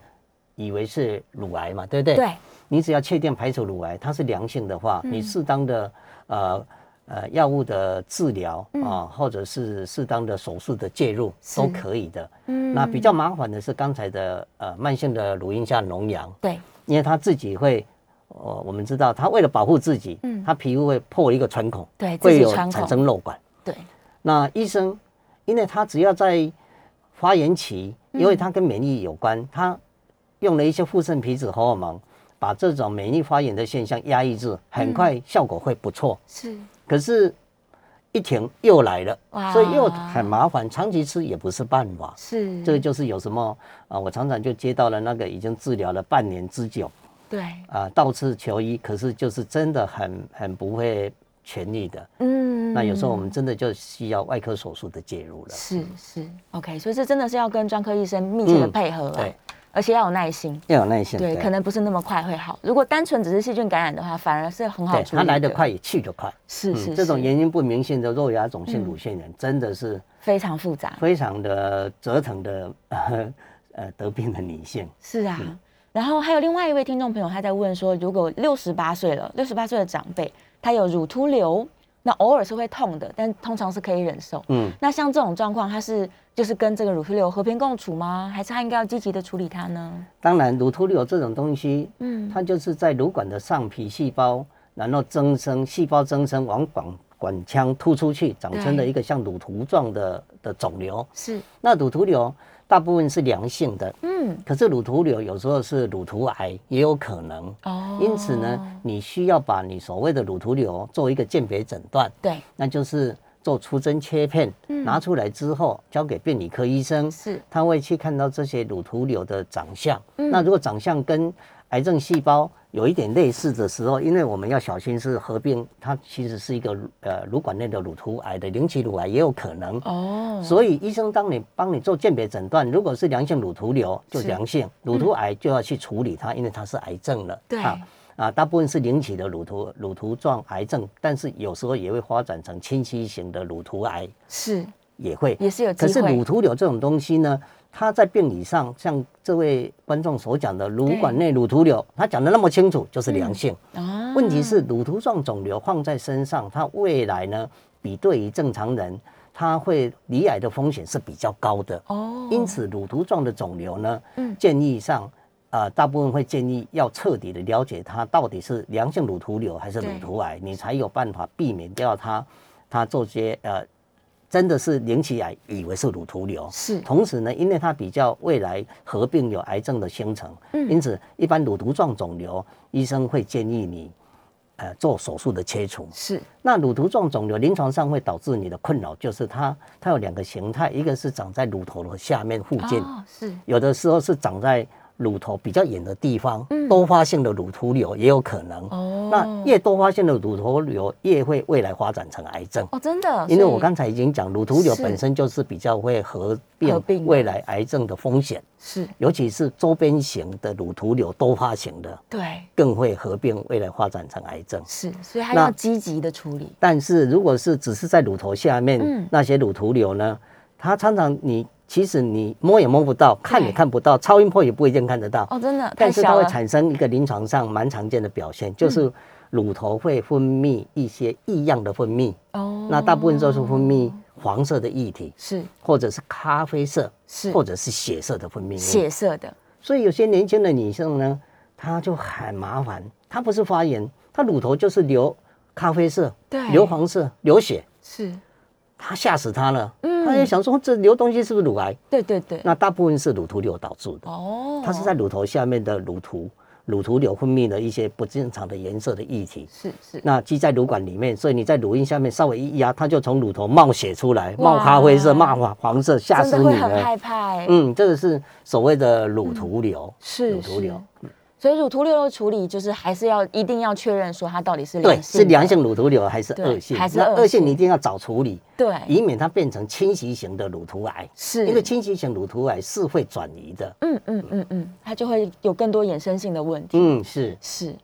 [SPEAKER 3] 以为是乳癌嘛，对不对？
[SPEAKER 2] 对，嗯
[SPEAKER 3] 你只要确定排除乳癌，它是良性的话，你适当的呃呃药物的治疗啊、或者是适当的手术的介入
[SPEAKER 2] 嗯是
[SPEAKER 3] 都可以的。
[SPEAKER 2] 嗯
[SPEAKER 3] 那比较麻烦的是刚才的呃慢性的乳晕下脓疡，
[SPEAKER 2] 对，
[SPEAKER 3] 因为它自己会，呃，我们知道它为了保护自己，
[SPEAKER 2] 嗯
[SPEAKER 3] 它皮肤会破一个穿孔，
[SPEAKER 2] 对自己
[SPEAKER 3] 会有
[SPEAKER 2] 穿孔
[SPEAKER 3] 产生漏管。
[SPEAKER 2] 对，
[SPEAKER 3] 那医生，因为他只要在发炎期，
[SPEAKER 2] 嗯
[SPEAKER 3] 因为它跟免疫有关，他用了一些附肾皮质荷尔蒙，把这种免疫发炎的现象压抑住，很
[SPEAKER 2] 嗯
[SPEAKER 3] 快效果会不错。
[SPEAKER 2] 是
[SPEAKER 3] 可是，一停又来了
[SPEAKER 2] 哇，
[SPEAKER 3] 所以又很麻烦，长期吃也不是办法。
[SPEAKER 2] 是，
[SPEAKER 3] 这个就是有什么啊、我常常就接到了那个已经治疗了半年之久
[SPEAKER 2] 对，
[SPEAKER 3] 啊、到处求医，可是就是真的很很不会痊愈的。
[SPEAKER 2] 嗯
[SPEAKER 3] 那有时候我们真的就需要外科手术的介入了。
[SPEAKER 2] 是是 OK，所以这真的是要跟专科医生密切的
[SPEAKER 3] 嗯
[SPEAKER 2] 配合啊
[SPEAKER 3] 对，
[SPEAKER 2] 而且要有耐心。
[SPEAKER 3] 要有耐心，
[SPEAKER 2] 对，可能不是那么快会好。如果单纯只是细菌感染的话，反而是很好
[SPEAKER 3] 对
[SPEAKER 2] 处理。
[SPEAKER 3] 它来得，快也去得快。嗯
[SPEAKER 2] 是是是，嗯
[SPEAKER 3] 这种原因不明显的肉芽肿性乳腺炎，真的是
[SPEAKER 2] 非常复杂。
[SPEAKER 3] 非常的折腾的呃 呃得病的女性。
[SPEAKER 2] 是啊。
[SPEAKER 3] 嗯
[SPEAKER 2] 然后还有另外一位听众朋友，他在问说，如果六十八岁了，六十八岁的长辈，他有乳突瘤那偶尔是会痛的，但通常是可以忍受。
[SPEAKER 3] 嗯，
[SPEAKER 2] 那像这种状况，它是就是跟这个乳头瘤和平共处吗？还是它应该要积极的处理它呢？
[SPEAKER 3] 当然，乳头瘤这种东西，
[SPEAKER 2] 嗯，
[SPEAKER 3] 它就是在乳管的上皮细胞，然后增生，细胞增生往管管腔突出去，长成了
[SPEAKER 2] 对
[SPEAKER 3] 一个像乳头状的的肿瘤。
[SPEAKER 2] 是，
[SPEAKER 3] 那乳头瘤大部分是良性的，
[SPEAKER 2] 嗯，
[SPEAKER 3] 可是乳头瘤有时候是乳头癌，也有可能。
[SPEAKER 2] 哦
[SPEAKER 3] 因此呢，，你需要把你所谓的乳头瘤做一个鉴别诊断，
[SPEAKER 2] 对，
[SPEAKER 3] 那就是做出针切片，拿出来之后交给病理科医生，
[SPEAKER 2] 嗯是，
[SPEAKER 3] 他会去看到这些乳头瘤的长相。
[SPEAKER 2] 嗯
[SPEAKER 3] 那如果长相跟癌症细胞有一点类似的时候，因为我们要小心是合并，它其实是一个呃乳管内的乳头癌的零期乳癌也有可能。
[SPEAKER 2] 哦，
[SPEAKER 3] 所以医生当你帮你做鉴别诊断，如果是良性乳头瘤就是良性，乳头癌就要去处理它，因为它是癌症了。
[SPEAKER 2] 嗯对
[SPEAKER 3] 啊啊，大部分是引起的乳头乳头状癌症，但是有时候也会发展成侵袭型的乳头癌，
[SPEAKER 2] 是，
[SPEAKER 3] 也会。
[SPEAKER 2] 也是有机
[SPEAKER 3] 可
[SPEAKER 2] 会，
[SPEAKER 3] 是乳头瘤这种东西呢，它在病理上，像这位观众所讲的乳管内乳头瘤，他讲的那么清楚，就是良性。
[SPEAKER 2] 啊
[SPEAKER 3] 问题是乳头状肿瘤放在身上，它未来呢，比对于正常人，它会罹癌的风险是比较高的。
[SPEAKER 2] 哦，
[SPEAKER 3] 因此，乳头状的肿瘤呢，
[SPEAKER 2] 嗯
[SPEAKER 3] 建议上，呃，大部分会建议要彻底的了解它到底是良性乳头瘤还是乳头癌，你才有办法避免掉它，它做些呃，真的是零期癌，以为是乳头瘤。
[SPEAKER 2] 是
[SPEAKER 3] 同时呢，因为它比较未来合并有癌症的形成，
[SPEAKER 2] 嗯
[SPEAKER 3] 因此一般乳头状肿瘤，医生会建议你，呃，做手术的切除。
[SPEAKER 2] 是，
[SPEAKER 3] 那乳头状肿瘤临床上会导致你的困扰，就是它它有两个形态，一个是长在乳头的下面附近，
[SPEAKER 2] 哦，是，
[SPEAKER 3] 有的时候是长在乳头比较远的地方，多发性的乳头瘤也有可能。
[SPEAKER 2] 嗯哦
[SPEAKER 3] 那越多发性的乳头瘤，越会未来发展成癌症。
[SPEAKER 2] 哦，真的，
[SPEAKER 3] 因
[SPEAKER 2] 所以
[SPEAKER 3] 为我刚才已经讲，乳头瘤
[SPEAKER 2] 是
[SPEAKER 3] 本身就是比较会合
[SPEAKER 2] 合
[SPEAKER 3] 并
[SPEAKER 2] 并的
[SPEAKER 3] 未来癌症的风险，
[SPEAKER 2] 是
[SPEAKER 3] 尤其是周边型的乳头瘤多发型的，
[SPEAKER 2] 对，
[SPEAKER 3] 更会合并未来发展成癌症。
[SPEAKER 2] 是，所以它
[SPEAKER 3] 那
[SPEAKER 2] 要积极的处理，
[SPEAKER 3] 但是如果是只是在乳头下面、
[SPEAKER 2] 嗯
[SPEAKER 3] 那些乳头瘤呢，它常常你其实你摸也摸不到，看也看不到，超音波也不一定看得到，
[SPEAKER 2] 哦，真的太
[SPEAKER 3] 但是它
[SPEAKER 2] 小
[SPEAKER 3] 会
[SPEAKER 2] 了，
[SPEAKER 3] 产生一个临床上蛮常见的表现，就是乳头会分泌一些异样的分泌，
[SPEAKER 2] 哦
[SPEAKER 3] 那大部分都是分泌黄色的液体，
[SPEAKER 2] 是
[SPEAKER 3] 或者是咖啡色，
[SPEAKER 2] 是
[SPEAKER 3] 或者是血色的分泌物。
[SPEAKER 2] 血色的，
[SPEAKER 3] 所以有些年轻的女生呢，她就很麻烦，她不是发炎，她乳头就是流咖啡色
[SPEAKER 2] 对，
[SPEAKER 3] 流黄色，流血，
[SPEAKER 2] 是，
[SPEAKER 3] 她吓死她了。
[SPEAKER 2] 嗯
[SPEAKER 3] 她也想说这流东西是不是乳癌？
[SPEAKER 2] 对对对，
[SPEAKER 3] 那大部分是乳头瘤导致的，
[SPEAKER 2] 哦，
[SPEAKER 3] 它是在乳头下面的乳头乳头瘤分泌了一些不正常的颜色的液体。
[SPEAKER 2] 是是，
[SPEAKER 3] 那积在乳管里面，所以你在乳晕下面稍微一压，它就从乳头冒血出来，冒
[SPEAKER 2] 哇
[SPEAKER 3] 咖啡色、冒黄黄色，吓
[SPEAKER 2] 真的
[SPEAKER 3] 死你
[SPEAKER 2] 会很
[SPEAKER 3] 了。
[SPEAKER 2] 害怕嗯哎，
[SPEAKER 3] 嗯，这个是所谓的乳头瘤。
[SPEAKER 2] 是
[SPEAKER 3] 乳头
[SPEAKER 2] 是
[SPEAKER 3] 瘤。
[SPEAKER 2] 所以乳头瘤的处理就是还是要一定要确认说它到底是
[SPEAKER 3] 对，
[SPEAKER 2] 良性，
[SPEAKER 3] 是良，性乳头瘤还是恶性？
[SPEAKER 2] 对还是
[SPEAKER 3] 那
[SPEAKER 2] 恶
[SPEAKER 3] 恶性
[SPEAKER 2] 性
[SPEAKER 3] 你一定要早处理，
[SPEAKER 2] 对，
[SPEAKER 3] 以免它变成侵袭型的乳头癌。
[SPEAKER 2] 是
[SPEAKER 3] 因为侵袭型乳头癌是会转移的。
[SPEAKER 2] 嗯嗯嗯嗯，它就会有更多衍生性的问题。
[SPEAKER 3] 嗯，是
[SPEAKER 2] 是，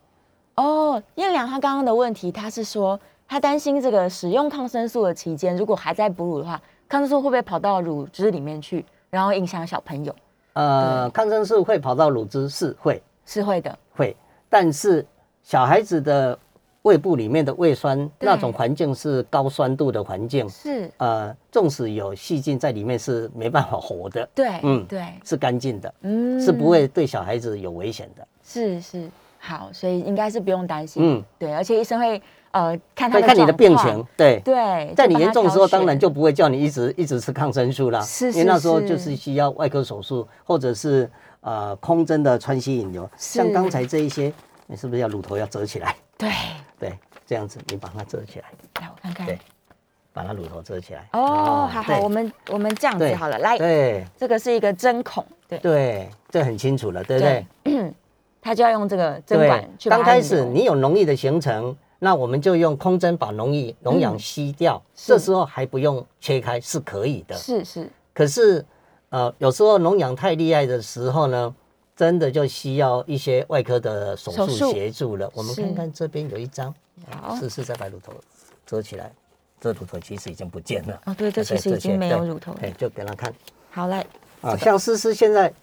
[SPEAKER 2] 哦，燕良她刚刚的问题，她是说她担心这个使用抗生素的期间，如果还在哺乳的话，抗生素会不会跑到乳汁里面去，然后影响小朋友？
[SPEAKER 3] 呃，抗生素会跑到乳汁是会
[SPEAKER 2] 是会的，
[SPEAKER 3] 会，但是小孩子的胃部里面的胃酸
[SPEAKER 2] 对
[SPEAKER 3] 那种环境是高酸度的环境，
[SPEAKER 2] 是，
[SPEAKER 3] 呃，纵使有细菌在里面是没办法活的，
[SPEAKER 2] 对，
[SPEAKER 3] 嗯
[SPEAKER 2] 对，
[SPEAKER 3] 是干净的，
[SPEAKER 2] 嗯
[SPEAKER 3] 是不，会对小孩子有危险的。
[SPEAKER 2] 是是，好，所以应该是不用担心，
[SPEAKER 3] 嗯，
[SPEAKER 2] 对，而且医生会呃看他
[SPEAKER 3] 会
[SPEAKER 2] 的
[SPEAKER 3] 看你的病
[SPEAKER 2] 状
[SPEAKER 3] 情
[SPEAKER 2] 况，，
[SPEAKER 3] 对。
[SPEAKER 2] 对，
[SPEAKER 3] 在
[SPEAKER 2] 就
[SPEAKER 3] 你
[SPEAKER 2] 帮
[SPEAKER 3] 严
[SPEAKER 2] 他
[SPEAKER 3] 重的
[SPEAKER 2] 挑
[SPEAKER 3] 时候，当
[SPEAKER 2] 选
[SPEAKER 3] 然就不会叫你一直一直吃抗生素啦，
[SPEAKER 2] 是
[SPEAKER 3] 因为那时候
[SPEAKER 2] 是
[SPEAKER 3] 就是需要外科手术或者是呃空针的穿吸引流，像
[SPEAKER 2] 是
[SPEAKER 3] 刚才这一些，你是不是要乳头要折起来？
[SPEAKER 2] 对，
[SPEAKER 3] 对，这样子你把它折起来，
[SPEAKER 2] 来我看看，
[SPEAKER 3] 对把它乳头折起来。
[SPEAKER 2] 哦，好好，
[SPEAKER 3] 对
[SPEAKER 2] 我们我们这样子
[SPEAKER 3] 对
[SPEAKER 2] 好了，来，
[SPEAKER 3] 对
[SPEAKER 2] 这个是一个针孔，对。
[SPEAKER 3] 对，这很清楚了，对不对？
[SPEAKER 2] 他就要用这个针
[SPEAKER 3] 对，
[SPEAKER 2] 管去把它
[SPEAKER 3] 刚开始
[SPEAKER 2] 扭
[SPEAKER 3] 你有脓液的形成，那我们就用空针把脓液
[SPEAKER 2] 嗯
[SPEAKER 3] 脓氧吸掉，这时候还不用切开是可以的。
[SPEAKER 2] 是是
[SPEAKER 3] 可是，呃，有时候脓氧太厉害的时候呢，真的就需要一些外科的手
[SPEAKER 2] 手术哦
[SPEAKER 3] 术协助了。我们
[SPEAKER 2] 是
[SPEAKER 3] 看看这边有一张，
[SPEAKER 2] 好
[SPEAKER 3] 是是在把乳头遮起来，这乳头其实已经不见了。
[SPEAKER 2] 哦，对，这其实已经没有乳头了。
[SPEAKER 3] 哎，就给他看
[SPEAKER 2] 好来，
[SPEAKER 3] 啊，像思思现在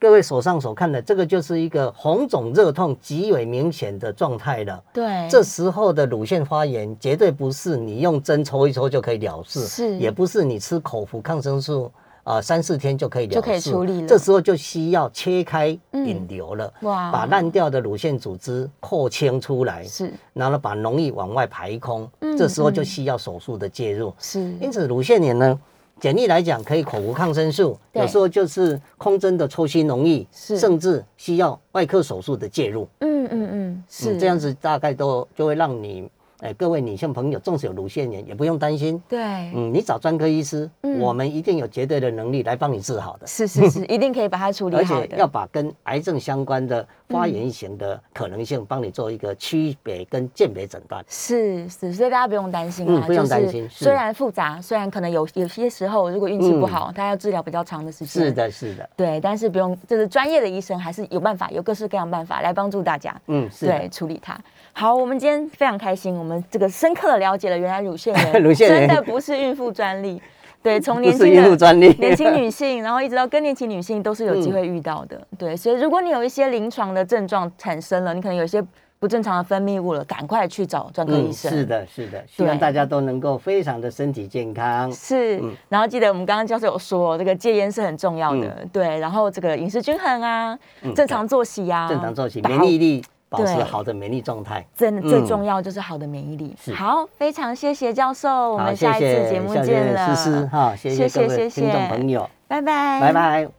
[SPEAKER 3] 各位手上所看的这个就是一个红肿热痛极为明显的状态了。
[SPEAKER 2] 对，
[SPEAKER 3] 这时候的乳腺发炎绝对不是你用针抽一抽就可以了事，
[SPEAKER 2] 是
[SPEAKER 3] 也不是你吃口服抗生素啊三四天就可以了事，
[SPEAKER 2] 就可以处理了
[SPEAKER 3] 这时候就需要切开
[SPEAKER 2] 嗯
[SPEAKER 3] 引流了，
[SPEAKER 2] 哇
[SPEAKER 3] 把烂掉的乳腺组织扩清出来，
[SPEAKER 2] 是
[SPEAKER 3] 然后把脓液往外排空，
[SPEAKER 2] 嗯
[SPEAKER 3] 这时候就
[SPEAKER 2] 嗯
[SPEAKER 3] 需要手术的介入。
[SPEAKER 2] 是
[SPEAKER 3] 因此，乳腺炎呢，简易来讲可以口服抗生素，
[SPEAKER 2] 对
[SPEAKER 3] 有时候就是空针的抽吸脓液，
[SPEAKER 2] 是
[SPEAKER 3] 甚至需要外科手术的介入。
[SPEAKER 2] 嗯嗯嗯是
[SPEAKER 3] 嗯这样，子，大概都就会让你，哎、各位女性朋友，纵使有乳腺炎，也不用担心。
[SPEAKER 2] 对，
[SPEAKER 3] 嗯，你找专科医师，
[SPEAKER 2] 嗯
[SPEAKER 3] 我们一定有绝对的能力来帮你治好的，
[SPEAKER 2] 是是是，一定可以把它处理
[SPEAKER 3] 而
[SPEAKER 2] 好
[SPEAKER 3] 且
[SPEAKER 2] 的，
[SPEAKER 3] 要把跟癌症相关的发炎型的可能性帮你做一个区别跟鉴别诊断。
[SPEAKER 2] 是是，所以大家不用担心
[SPEAKER 3] 嗯
[SPEAKER 2] 啦，
[SPEAKER 3] 不用
[SPEAKER 2] 就是
[SPEAKER 3] 担心是
[SPEAKER 2] 虽然复杂，虽然可能有有些时候如果运气不好，大家要治疗比较长的时间，
[SPEAKER 3] 嗯是，的，是的，
[SPEAKER 2] 对，但是不用，就是专业的医生还是有办法，有各式各样的办法来帮助大家。
[SPEAKER 3] 嗯，是的
[SPEAKER 2] 对，。处理它。好，我们今天非常开心，我们这个深刻的了解了，原来乳腺炎
[SPEAKER 3] 乳腺炎
[SPEAKER 2] 真的不是孕妇专利， 对，从
[SPEAKER 3] 不
[SPEAKER 2] 年
[SPEAKER 3] 是
[SPEAKER 2] 轻
[SPEAKER 3] 孕妇
[SPEAKER 2] 的
[SPEAKER 3] 专利，
[SPEAKER 2] 年轻女性，然后一直到更年期女性都是有机
[SPEAKER 3] 嗯
[SPEAKER 2] 会遇到的。对，所以如果你有一些临床的症状产生了，你可能有一些不正常的分泌物了，赶快去找专科医生。
[SPEAKER 3] 嗯是的，是的，希望
[SPEAKER 2] 对
[SPEAKER 3] 大家都能够非常的身体健康。
[SPEAKER 2] 是，
[SPEAKER 3] 嗯
[SPEAKER 2] 然后记得我们刚刚教授有说，这个戒烟是很重要的，
[SPEAKER 3] 嗯
[SPEAKER 2] 对，然后这个饮食均衡啊，正常作息啊，
[SPEAKER 3] 正常作息，
[SPEAKER 2] 把
[SPEAKER 3] 免疫力保持
[SPEAKER 2] 对
[SPEAKER 3] 好的免疫状态。
[SPEAKER 2] 真的最
[SPEAKER 3] 嗯
[SPEAKER 2] 重要就是好的免疫力。
[SPEAKER 3] 是
[SPEAKER 2] 好，非常谢谢教授，我
[SPEAKER 3] 好，
[SPEAKER 2] 们
[SPEAKER 3] 谢
[SPEAKER 2] 下一次
[SPEAKER 3] 谢
[SPEAKER 2] 节目
[SPEAKER 3] 夏
[SPEAKER 2] 见
[SPEAKER 3] 姐
[SPEAKER 2] 了，
[SPEAKER 3] 思思哈，谢
[SPEAKER 2] 谢
[SPEAKER 3] 谢
[SPEAKER 2] 谢
[SPEAKER 3] 各位
[SPEAKER 2] 谢谢哎
[SPEAKER 3] 听众朋友，
[SPEAKER 2] 拜拜，
[SPEAKER 3] 拜。拜。